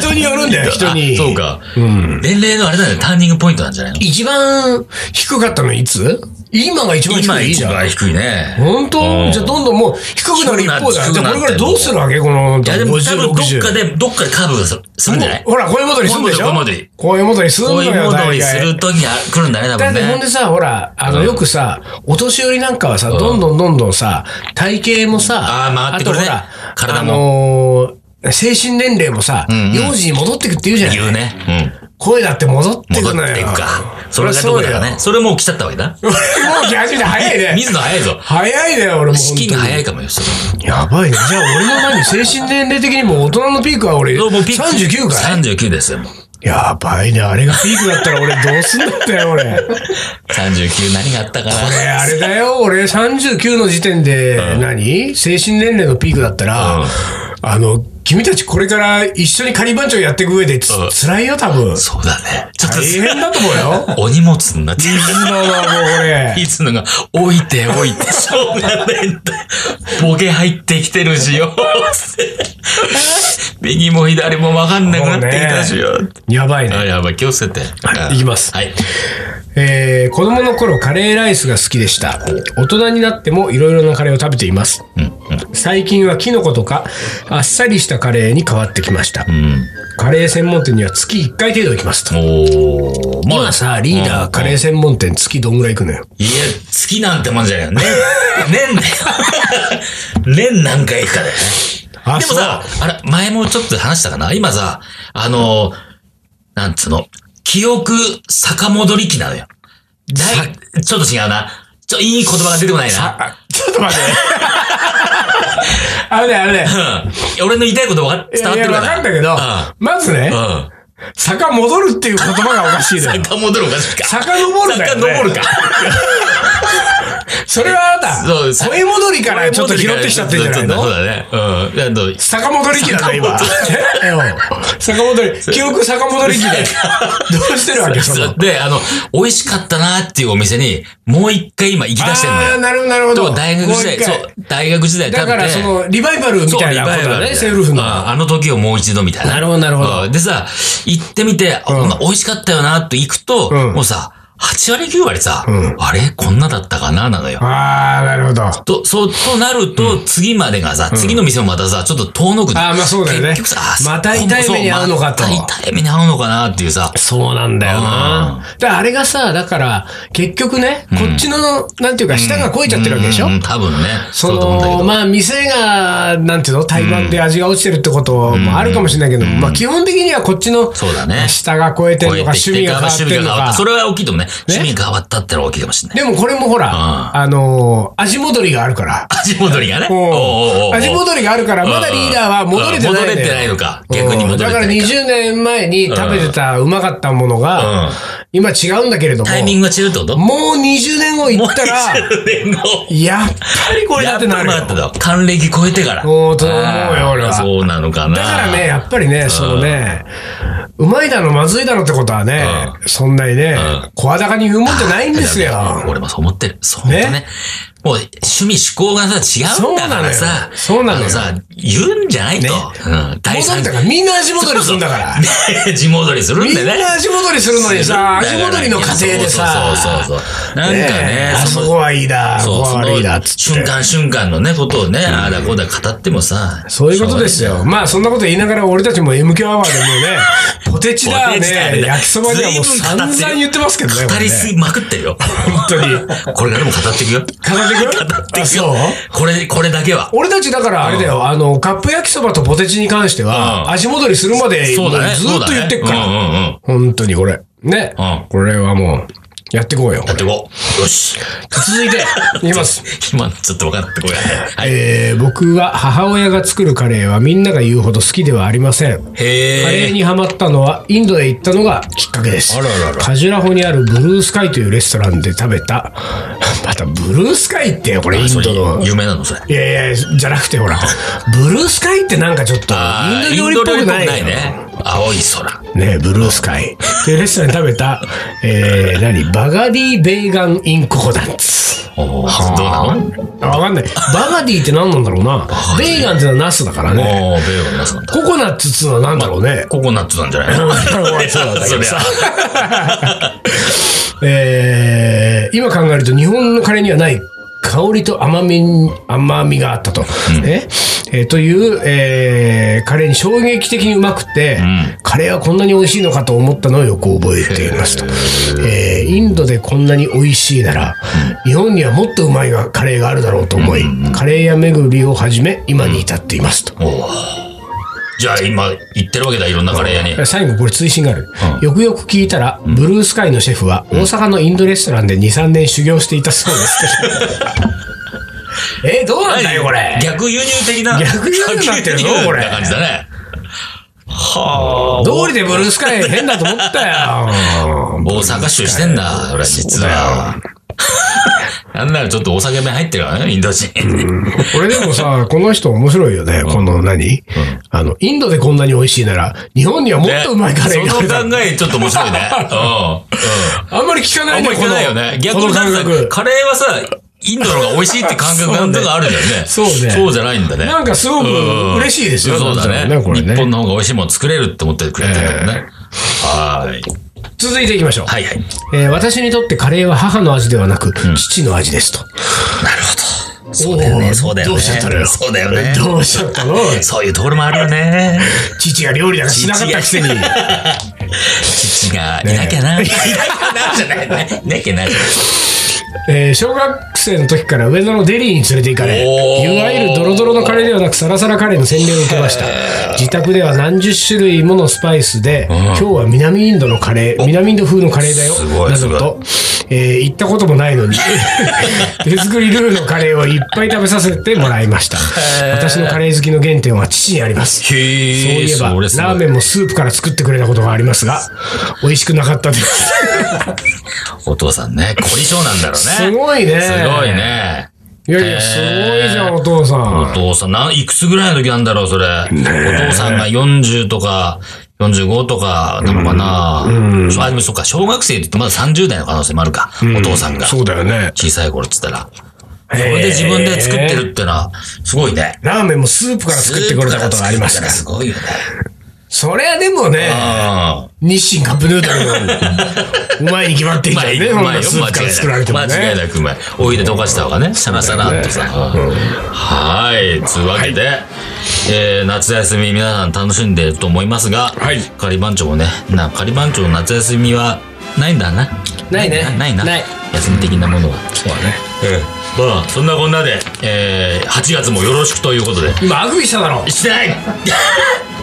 [SPEAKER 1] 人によるんだよ、人に。
[SPEAKER 2] あそうか。年齢のあれだね、ターニングポイントなんじゃないの
[SPEAKER 1] 一番低かったのいつ今が一番低
[SPEAKER 2] 今
[SPEAKER 1] いいい
[SPEAKER 2] 一
[SPEAKER 1] じゃん。
[SPEAKER 2] 番低いね。
[SPEAKER 1] 本
[SPEAKER 2] う
[SPEAKER 1] 当
[SPEAKER 2] ん
[SPEAKER 1] じゃあどんどんもう低くなる一方だ。
[SPEAKER 2] 低
[SPEAKER 1] じ
[SPEAKER 2] く
[SPEAKER 1] ゃ
[SPEAKER 2] な
[SPEAKER 1] あ
[SPEAKER 2] って
[SPEAKER 1] これからどうするわけこの、
[SPEAKER 2] いやでも多分どっ
[SPEAKER 1] 50
[SPEAKER 2] かで、どっかでカーブするするんじゃない
[SPEAKER 1] ほら、声戻りするんでしょ
[SPEAKER 2] 声戻り
[SPEAKER 1] 声戻りするの
[SPEAKER 2] 追い
[SPEAKER 1] よ、
[SPEAKER 2] 戻
[SPEAKER 1] 大
[SPEAKER 2] りす
[SPEAKER 1] 概。
[SPEAKER 2] るときにあ来るんだね、
[SPEAKER 1] だ
[SPEAKER 2] 多分
[SPEAKER 1] ってほん
[SPEAKER 2] ね
[SPEAKER 1] で。さ、ほら、あの、よくさ、お年寄りなんかはさ、どんどんどんどんさ、体型もさ、
[SPEAKER 2] あー回ってくるね
[SPEAKER 1] あとほら
[SPEAKER 2] 体
[SPEAKER 1] あのー精神年齢もさ、幼児に戻ってくって言うじゃ
[SPEAKER 2] 言
[SPEAKER 1] な
[SPEAKER 2] う
[SPEAKER 1] い
[SPEAKER 2] ね。
[SPEAKER 1] 声だって戻っ
[SPEAKER 2] う
[SPEAKER 1] て
[SPEAKER 2] ん。
[SPEAKER 1] く
[SPEAKER 2] 戻
[SPEAKER 1] の
[SPEAKER 2] ってい
[SPEAKER 1] よ
[SPEAKER 2] く。か。それがどこだかね。それもう来ちゃったわけだ。
[SPEAKER 1] 俺もう来始めて早いね。
[SPEAKER 2] 水野早いぞ。
[SPEAKER 1] 早いね、俺も。
[SPEAKER 2] 資金が早いかもよ、それ
[SPEAKER 1] やばいね。じゃあ俺の何精神年齢的にも大人のピークは俺、
[SPEAKER 2] もうピーク
[SPEAKER 1] 39か い
[SPEAKER 2] ?39 ですよ、もう。
[SPEAKER 1] やばいね。あれがピークだったら俺どうすんだって俺。
[SPEAKER 2] 39何があったかな。
[SPEAKER 1] えあれだよ。俺39の時点で何精神年齢のピークだった
[SPEAKER 2] う
[SPEAKER 1] ら
[SPEAKER 2] ん、
[SPEAKER 1] あの、君たちこれから一緒に仮番長やっていく上でつ
[SPEAKER 2] うん
[SPEAKER 1] 辛いよ、多分。
[SPEAKER 2] そうだね。ちょっ
[SPEAKER 1] 大変だと思う よ。
[SPEAKER 2] と、お荷物になってる。
[SPEAKER 1] 水野はもう俺。
[SPEAKER 2] いつのが、置いて置い て、しょうがないんだ。ボケ入ってきてるし よ。右も左もわかんなくなってきたしよ。
[SPEAKER 1] やばいね
[SPEAKER 2] あ、。やばい、気をつけて。
[SPEAKER 1] いいきます
[SPEAKER 2] はい。
[SPEAKER 1] えー子供の頃カレーライスが好きでした大人になってもいろいろなカレーを食べています、最近はキノコとかあっさりしたカレーに変わってきました、
[SPEAKER 2] うん。
[SPEAKER 1] カレー専門店には月1回程度行きますと
[SPEAKER 2] おー。ま
[SPEAKER 1] 今さリーダーカレー専門店月どんぐらい行くのよ
[SPEAKER 2] いや、月なんてもんじゃないよ。年、年 だよ。年何回かだよね。
[SPEAKER 1] あ
[SPEAKER 2] でもさ、あれ、前もちょっと話したかな今さ、あのー、なんつうの、記憶逆戻り期なのよ。だいちょっと違うな。ちょ、いい言葉が出てこないな。
[SPEAKER 1] あちょっと待って あれねあれね
[SPEAKER 2] うん。俺の言いたいことが
[SPEAKER 1] い
[SPEAKER 2] 伝わっ
[SPEAKER 1] やい
[SPEAKER 2] て
[SPEAKER 1] や分
[SPEAKER 2] るか
[SPEAKER 1] か
[SPEAKER 2] な。
[SPEAKER 1] んだけど、まずね、
[SPEAKER 2] うん。うん。
[SPEAKER 1] 坂戻るっていう言葉がおかしいのよ
[SPEAKER 2] 逆戻るおかしいか。
[SPEAKER 1] 坂登るだよ、ね、
[SPEAKER 2] 遡るか。
[SPEAKER 1] それはあな
[SPEAKER 2] そ
[SPEAKER 1] た、
[SPEAKER 2] う
[SPEAKER 1] 声戻りからちょっと拾ってきちゃってんじゃない
[SPEAKER 2] そ
[SPEAKER 1] の
[SPEAKER 2] うだね。うん。あの
[SPEAKER 1] 坂戻り機なんだ、今。 坂戻り、記憶坂戻り機で。どうしてるわけ、その。
[SPEAKER 2] で、あの、美味しかったなっていうお店に、もう一回今行き出してんの
[SPEAKER 1] ああ、
[SPEAKER 2] よ。
[SPEAKER 1] なるほど、なるほ
[SPEAKER 2] でも
[SPEAKER 1] ど。
[SPEAKER 2] 大学時
[SPEAKER 1] も
[SPEAKER 2] 代、
[SPEAKER 1] う一
[SPEAKER 2] そ
[SPEAKER 1] 回
[SPEAKER 2] う、大学時代食べ
[SPEAKER 1] だ
[SPEAKER 2] て。
[SPEAKER 1] から、その、リバイバルみ
[SPEAKER 2] そう
[SPEAKER 1] たいなことだね、セウルフの。
[SPEAKER 2] ああの時をもう一度みたいな。
[SPEAKER 1] なるほどなるほど
[SPEAKER 2] うんでさ、行ってみて、あ
[SPEAKER 1] うん
[SPEAKER 2] まあ美味しかったよなと行くと、
[SPEAKER 1] うん
[SPEAKER 2] もうさ、8割9割さ、
[SPEAKER 1] ん
[SPEAKER 2] あれこんなだったかななのよ。
[SPEAKER 1] ああ、なるほど。
[SPEAKER 2] と、そう、となると、次までがさ、次の店もまたさ、ちょっと遠のくの
[SPEAKER 1] あーまあそうだよね
[SPEAKER 2] 結局さ、あー
[SPEAKER 1] また痛い目に遭うのかと
[SPEAKER 2] そうまた痛い目に遭うのかなっていうさ、
[SPEAKER 1] そうなんだよな。だからあれがさ、だから、結局ね、こっちの、なんていうか、舌が超えちゃってるわけでしょ
[SPEAKER 2] うん、多分ね。
[SPEAKER 1] そ
[SPEAKER 2] そうだと思うんだけ
[SPEAKER 1] の
[SPEAKER 2] ど。
[SPEAKER 1] まあ店が、なんていうの、台湾で味が落ちてるってこともあるかもしれないけど、まあ基本的にはこっちの
[SPEAKER 2] そうだね
[SPEAKER 1] 下が超えてるのか、趣味が変わって
[SPEAKER 2] 趣
[SPEAKER 1] るの
[SPEAKER 2] 味が変わった。
[SPEAKER 1] か
[SPEAKER 2] そ。れは大きいともね。趣味が変わったってのは大きいかも しれない。
[SPEAKER 1] でもこれもほら、あのー、味戻りがあるから。
[SPEAKER 2] 味戻りがね。 おうおうおうお
[SPEAKER 1] お
[SPEAKER 2] う
[SPEAKER 1] う味戻りがあるから、まだリーダーは戻れてない
[SPEAKER 2] 戻
[SPEAKER 1] ん
[SPEAKER 2] れて
[SPEAKER 1] だ
[SPEAKER 2] ない
[SPEAKER 1] よ。
[SPEAKER 2] のか。逆に戻れて
[SPEAKER 1] だ
[SPEAKER 2] ない
[SPEAKER 1] か
[SPEAKER 2] から
[SPEAKER 1] 20年前に食べてたうまかったものが、
[SPEAKER 2] うん
[SPEAKER 1] 今違うんだけれども、
[SPEAKER 2] タイミングが違うってことも
[SPEAKER 1] もう20年後行った ら、
[SPEAKER 2] 20年後。
[SPEAKER 1] やっぱりこれだってなるよ。
[SPEAKER 2] やっぱまあ還暦超えてから。
[SPEAKER 1] おーと思うよ俺は
[SPEAKER 2] そうなのかな。
[SPEAKER 1] だからね、やっぱりね、そのね、うまいだの、まずいだのってことはね、そんなにね、声高に言うもんじゃないんですよ。
[SPEAKER 2] 俺もそう思ってる。そうねね
[SPEAKER 1] ね。
[SPEAKER 2] もう趣味嗜好がさ、違うんだからさ。
[SPEAKER 1] そうなのよ
[SPEAKER 2] あ
[SPEAKER 1] そうな
[SPEAKER 2] さ、言うんじゃないと。うん。第
[SPEAKER 1] 戻
[SPEAKER 2] 三
[SPEAKER 1] りだから、みんな味戻りするんだから。
[SPEAKER 2] ね地戻りするん
[SPEAKER 1] み
[SPEAKER 2] で
[SPEAKER 1] ん
[SPEAKER 2] ね。
[SPEAKER 1] な味戻りするのにさ、
[SPEAKER 2] す
[SPEAKER 1] 味
[SPEAKER 2] るんだから
[SPEAKER 1] 戻りの過程でさ、
[SPEAKER 2] そうそうそうそう。なんか
[SPEAKER 1] ね
[SPEAKER 2] ね、
[SPEAKER 1] あそこはいいだ、こ
[SPEAKER 2] そ
[SPEAKER 1] こ
[SPEAKER 2] う
[SPEAKER 1] は悪いだ、つ
[SPEAKER 2] その
[SPEAKER 1] って
[SPEAKER 2] 瞬。間瞬間のね、ことをね、ああだこうだ語ってもさ。
[SPEAKER 1] そういうことですよ。まあ、そんなこと言いながら、俺たちも MQ アワーでもうね、ポッテチだ
[SPEAKER 2] ポテチだ
[SPEAKER 1] ね。
[SPEAKER 2] ね
[SPEAKER 1] 焼きそばにはもう散々言ってますけどね。
[SPEAKER 2] 語りすぎまくってるよ。
[SPEAKER 1] 本当に。語
[SPEAKER 2] これからも語っていくよ。
[SPEAKER 1] ってく
[SPEAKER 2] 語ってい
[SPEAKER 1] あ
[SPEAKER 2] く
[SPEAKER 1] そ
[SPEAKER 2] よ
[SPEAKER 1] う。
[SPEAKER 2] これ、これだけは。
[SPEAKER 1] 俺たちだからあれだよ、あの、カップ焼きそばとポテチに関しては、
[SPEAKER 2] うん
[SPEAKER 1] 足戻りするまで、
[SPEAKER 2] そうだね。
[SPEAKER 1] ずーっと言ってくから。
[SPEAKER 2] そうだねうんうんうん。
[SPEAKER 1] 本当にこれ。ね。
[SPEAKER 2] うん
[SPEAKER 1] これはもう、やってこうよ。
[SPEAKER 2] やってこう。よし。
[SPEAKER 1] 続いて、いきます。
[SPEAKER 2] 今のちょっと分かってこれ。 はい。
[SPEAKER 1] えー、僕は母親が作るカレーはみんなが言うほど好きではありません。カレ
[SPEAKER 2] へ
[SPEAKER 1] ー
[SPEAKER 2] え。
[SPEAKER 1] にハマったのはインドへ行ったのがきっかけです。
[SPEAKER 2] あららら
[SPEAKER 1] カジュラホにあるブルースカイというレストランで食べた、 またブルースカイってこれインドの。
[SPEAKER 2] 有名なのそれ。
[SPEAKER 1] いやいや、じゃなくてほら、ブルースカイってなんかちょっと
[SPEAKER 2] あー
[SPEAKER 1] インド料理っぽくないよ
[SPEAKER 2] ね。青い空。
[SPEAKER 1] ねブルースカイ。で、レストランで食べた、えー、何バガディ・ベーガン・イン・コーダンツ。
[SPEAKER 2] おーどうなの
[SPEAKER 1] あわかんない。バガディって何なんだろうな。ベーガンってのはナスだからね。
[SPEAKER 2] おー、ベーガンなさんだ。
[SPEAKER 1] ココナッツっつうのは何だろうね。
[SPEAKER 2] ココナッツなんじゃない の
[SPEAKER 1] そうなんだけ
[SPEAKER 2] そ
[SPEAKER 1] ど
[SPEAKER 2] り
[SPEAKER 1] さ
[SPEAKER 2] ゃ。
[SPEAKER 1] えー、今考えると日本のカレーにはない香りと甘みに、甘みがあったと。ねえーという、えーカレーに衝撃的にうまくて、カレーはこんなに美味しいのかと思ったのをよく覚えていますと。えーインドでこんなに美味しいなら、日本にはもっとうまいがカレーがあるだろうと思い、カレー屋巡りを始め、今に至っていますと。
[SPEAKER 2] おーじゃあ今、行ってるわけだ、いろんなカレー 屋に。
[SPEAKER 1] 最後これ追伸がある、よくよく聞いたら、ブルースカイのシェフは大阪のインドレストランで23年修行していたそう ですけどえどうなんだよこれ
[SPEAKER 2] 逆輸入的な。
[SPEAKER 1] 逆輸入になってるぞ
[SPEAKER 2] 逆輸入
[SPEAKER 1] これ
[SPEAKER 2] みたいな感じだね。はあ。
[SPEAKER 1] どうりでブルースカイ変だと思ったよ
[SPEAKER 2] 大阪州してんだ、俺実は。なんならちょっとお酒目入ってるからね、イン ド人。
[SPEAKER 1] 俺でもさこの人面白いよね、この何、あのインドでこんなに美味しいなら日本にはもっとうまいカレーがあ
[SPEAKER 2] そ
[SPEAKER 1] るだろう
[SPEAKER 2] の考えちょっと面白い ね。うん。
[SPEAKER 1] あんまり聞かな
[SPEAKER 2] うん。あ
[SPEAKER 1] い
[SPEAKER 2] ん
[SPEAKER 1] ね
[SPEAKER 2] まりいかないよね。逆
[SPEAKER 1] この
[SPEAKER 2] に
[SPEAKER 1] 感
[SPEAKER 2] なんか
[SPEAKER 1] 覚
[SPEAKER 2] カレーはさ、インドの方が美味しいって感覚なんとかあるんだよね。
[SPEAKER 1] そうねそうね
[SPEAKER 2] そうじゃないんだね。
[SPEAKER 1] なんかすごく嬉しいですよ
[SPEAKER 2] うんそうだ
[SPEAKER 1] な
[SPEAKER 2] ね。
[SPEAKER 1] んかねこれね
[SPEAKER 2] 日本の方が美味しいもの作れるって思ってくれてるんだよね。はーい。
[SPEAKER 1] 続いていきましょう、
[SPEAKER 2] はいはい。なる
[SPEAKER 1] えー私にとってカレーは母の味ではなく、父の味ですと
[SPEAKER 2] ほど。そうだよ
[SPEAKER 1] おー
[SPEAKER 2] ね、そうだよね。
[SPEAKER 1] どうしちゃったのよ
[SPEAKER 2] そうだよね。
[SPEAKER 1] どうしちゃったの
[SPEAKER 2] そういうところもあるよね。
[SPEAKER 1] 父が料理なんかしなかったくせに。
[SPEAKER 2] 父がいな きゃな。いなきゃなじゃないね。いなきゃなじゃない。
[SPEAKER 1] えー小学生の時から上野のデリーに連れて行かれ、
[SPEAKER 2] おー
[SPEAKER 1] いわゆるドロドロのカレーではなくサラサラカレーの洗礼を受けました。自宅では何十種類ものスパイスで、今日は南インドのカレー、南インド風のカレーだよ
[SPEAKER 2] すご、い
[SPEAKER 1] などと、えー行ったこともない のに、手作りルーのカレーをいっぱい食べさせてもらいました。私のカレー好きの原点は父にあります。
[SPEAKER 2] へ
[SPEAKER 1] そうい
[SPEAKER 2] え、
[SPEAKER 1] えば、ラ
[SPEAKER 2] それすごい
[SPEAKER 1] ーメンもスープから作ってくれたことがありますが、美味しくなかったです。
[SPEAKER 2] お父さんね、凝り性なんだろうね。
[SPEAKER 1] すごいね。
[SPEAKER 2] すごい。ね。
[SPEAKER 1] いやいや、すごいじゃん、お父さ
[SPEAKER 2] お
[SPEAKER 1] ん。
[SPEAKER 2] 父さん、なん、いくつぐらいの時なんだろう、それ。お父さんが40とか、45とかなのかな。そうあ、でもそうか、小学生って言ってまだ30代の可能性もあるか。お父さんが。
[SPEAKER 1] そうだよね。
[SPEAKER 2] 小さい頃って言ったら。
[SPEAKER 1] へー
[SPEAKER 2] それで自分で作ってるってのは、すごいね。
[SPEAKER 1] ラーメンもスープから作ってくれたことがありまし
[SPEAKER 2] スープから
[SPEAKER 1] た。
[SPEAKER 2] すごいよね。
[SPEAKER 1] そりゃでもね、
[SPEAKER 2] うん。
[SPEAKER 1] 日清カップヌードルのうまいに決まっていい
[SPEAKER 2] ま
[SPEAKER 1] じゃ
[SPEAKER 2] あ
[SPEAKER 1] んね。
[SPEAKER 2] う
[SPEAKER 1] ほん
[SPEAKER 2] まい
[SPEAKER 1] な
[SPEAKER 2] よ
[SPEAKER 1] スープから作られても
[SPEAKER 2] 間違い
[SPEAKER 1] ね。
[SPEAKER 2] なくうまい。お湯で溶かした方がね、サラサラっとさ。はーい。つうわけで、えー夏休み皆さん楽しんでると思いますが、
[SPEAKER 1] はい
[SPEAKER 2] 仮番長もね、な、仮番長の夏休みはないんだな。
[SPEAKER 1] ないね
[SPEAKER 2] ないな。
[SPEAKER 1] ない
[SPEAKER 2] 休み的なものは。
[SPEAKER 1] そうだね。
[SPEAKER 2] まあ、そんなこんなで、えー8月もよろしくということで。
[SPEAKER 1] 今、あくびしただろ。
[SPEAKER 2] してない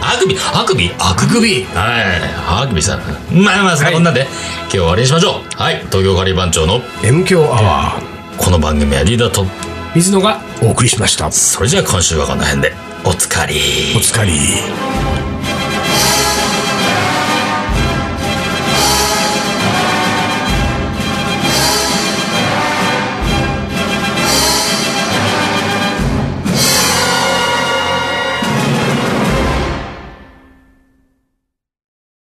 [SPEAKER 2] あくびあくびあく
[SPEAKER 1] あくび。
[SPEAKER 2] はい。あくびさん。まあまあ、そんなこんなで、今日は終わりにしましょう。はい。東京カリー番長の
[SPEAKER 1] M 強アワー。
[SPEAKER 2] この番組はリーダーと、
[SPEAKER 1] 水野がお送りしました。お
[SPEAKER 2] それじゃあ今週はこの辺で、おつかり。
[SPEAKER 1] 疲れ。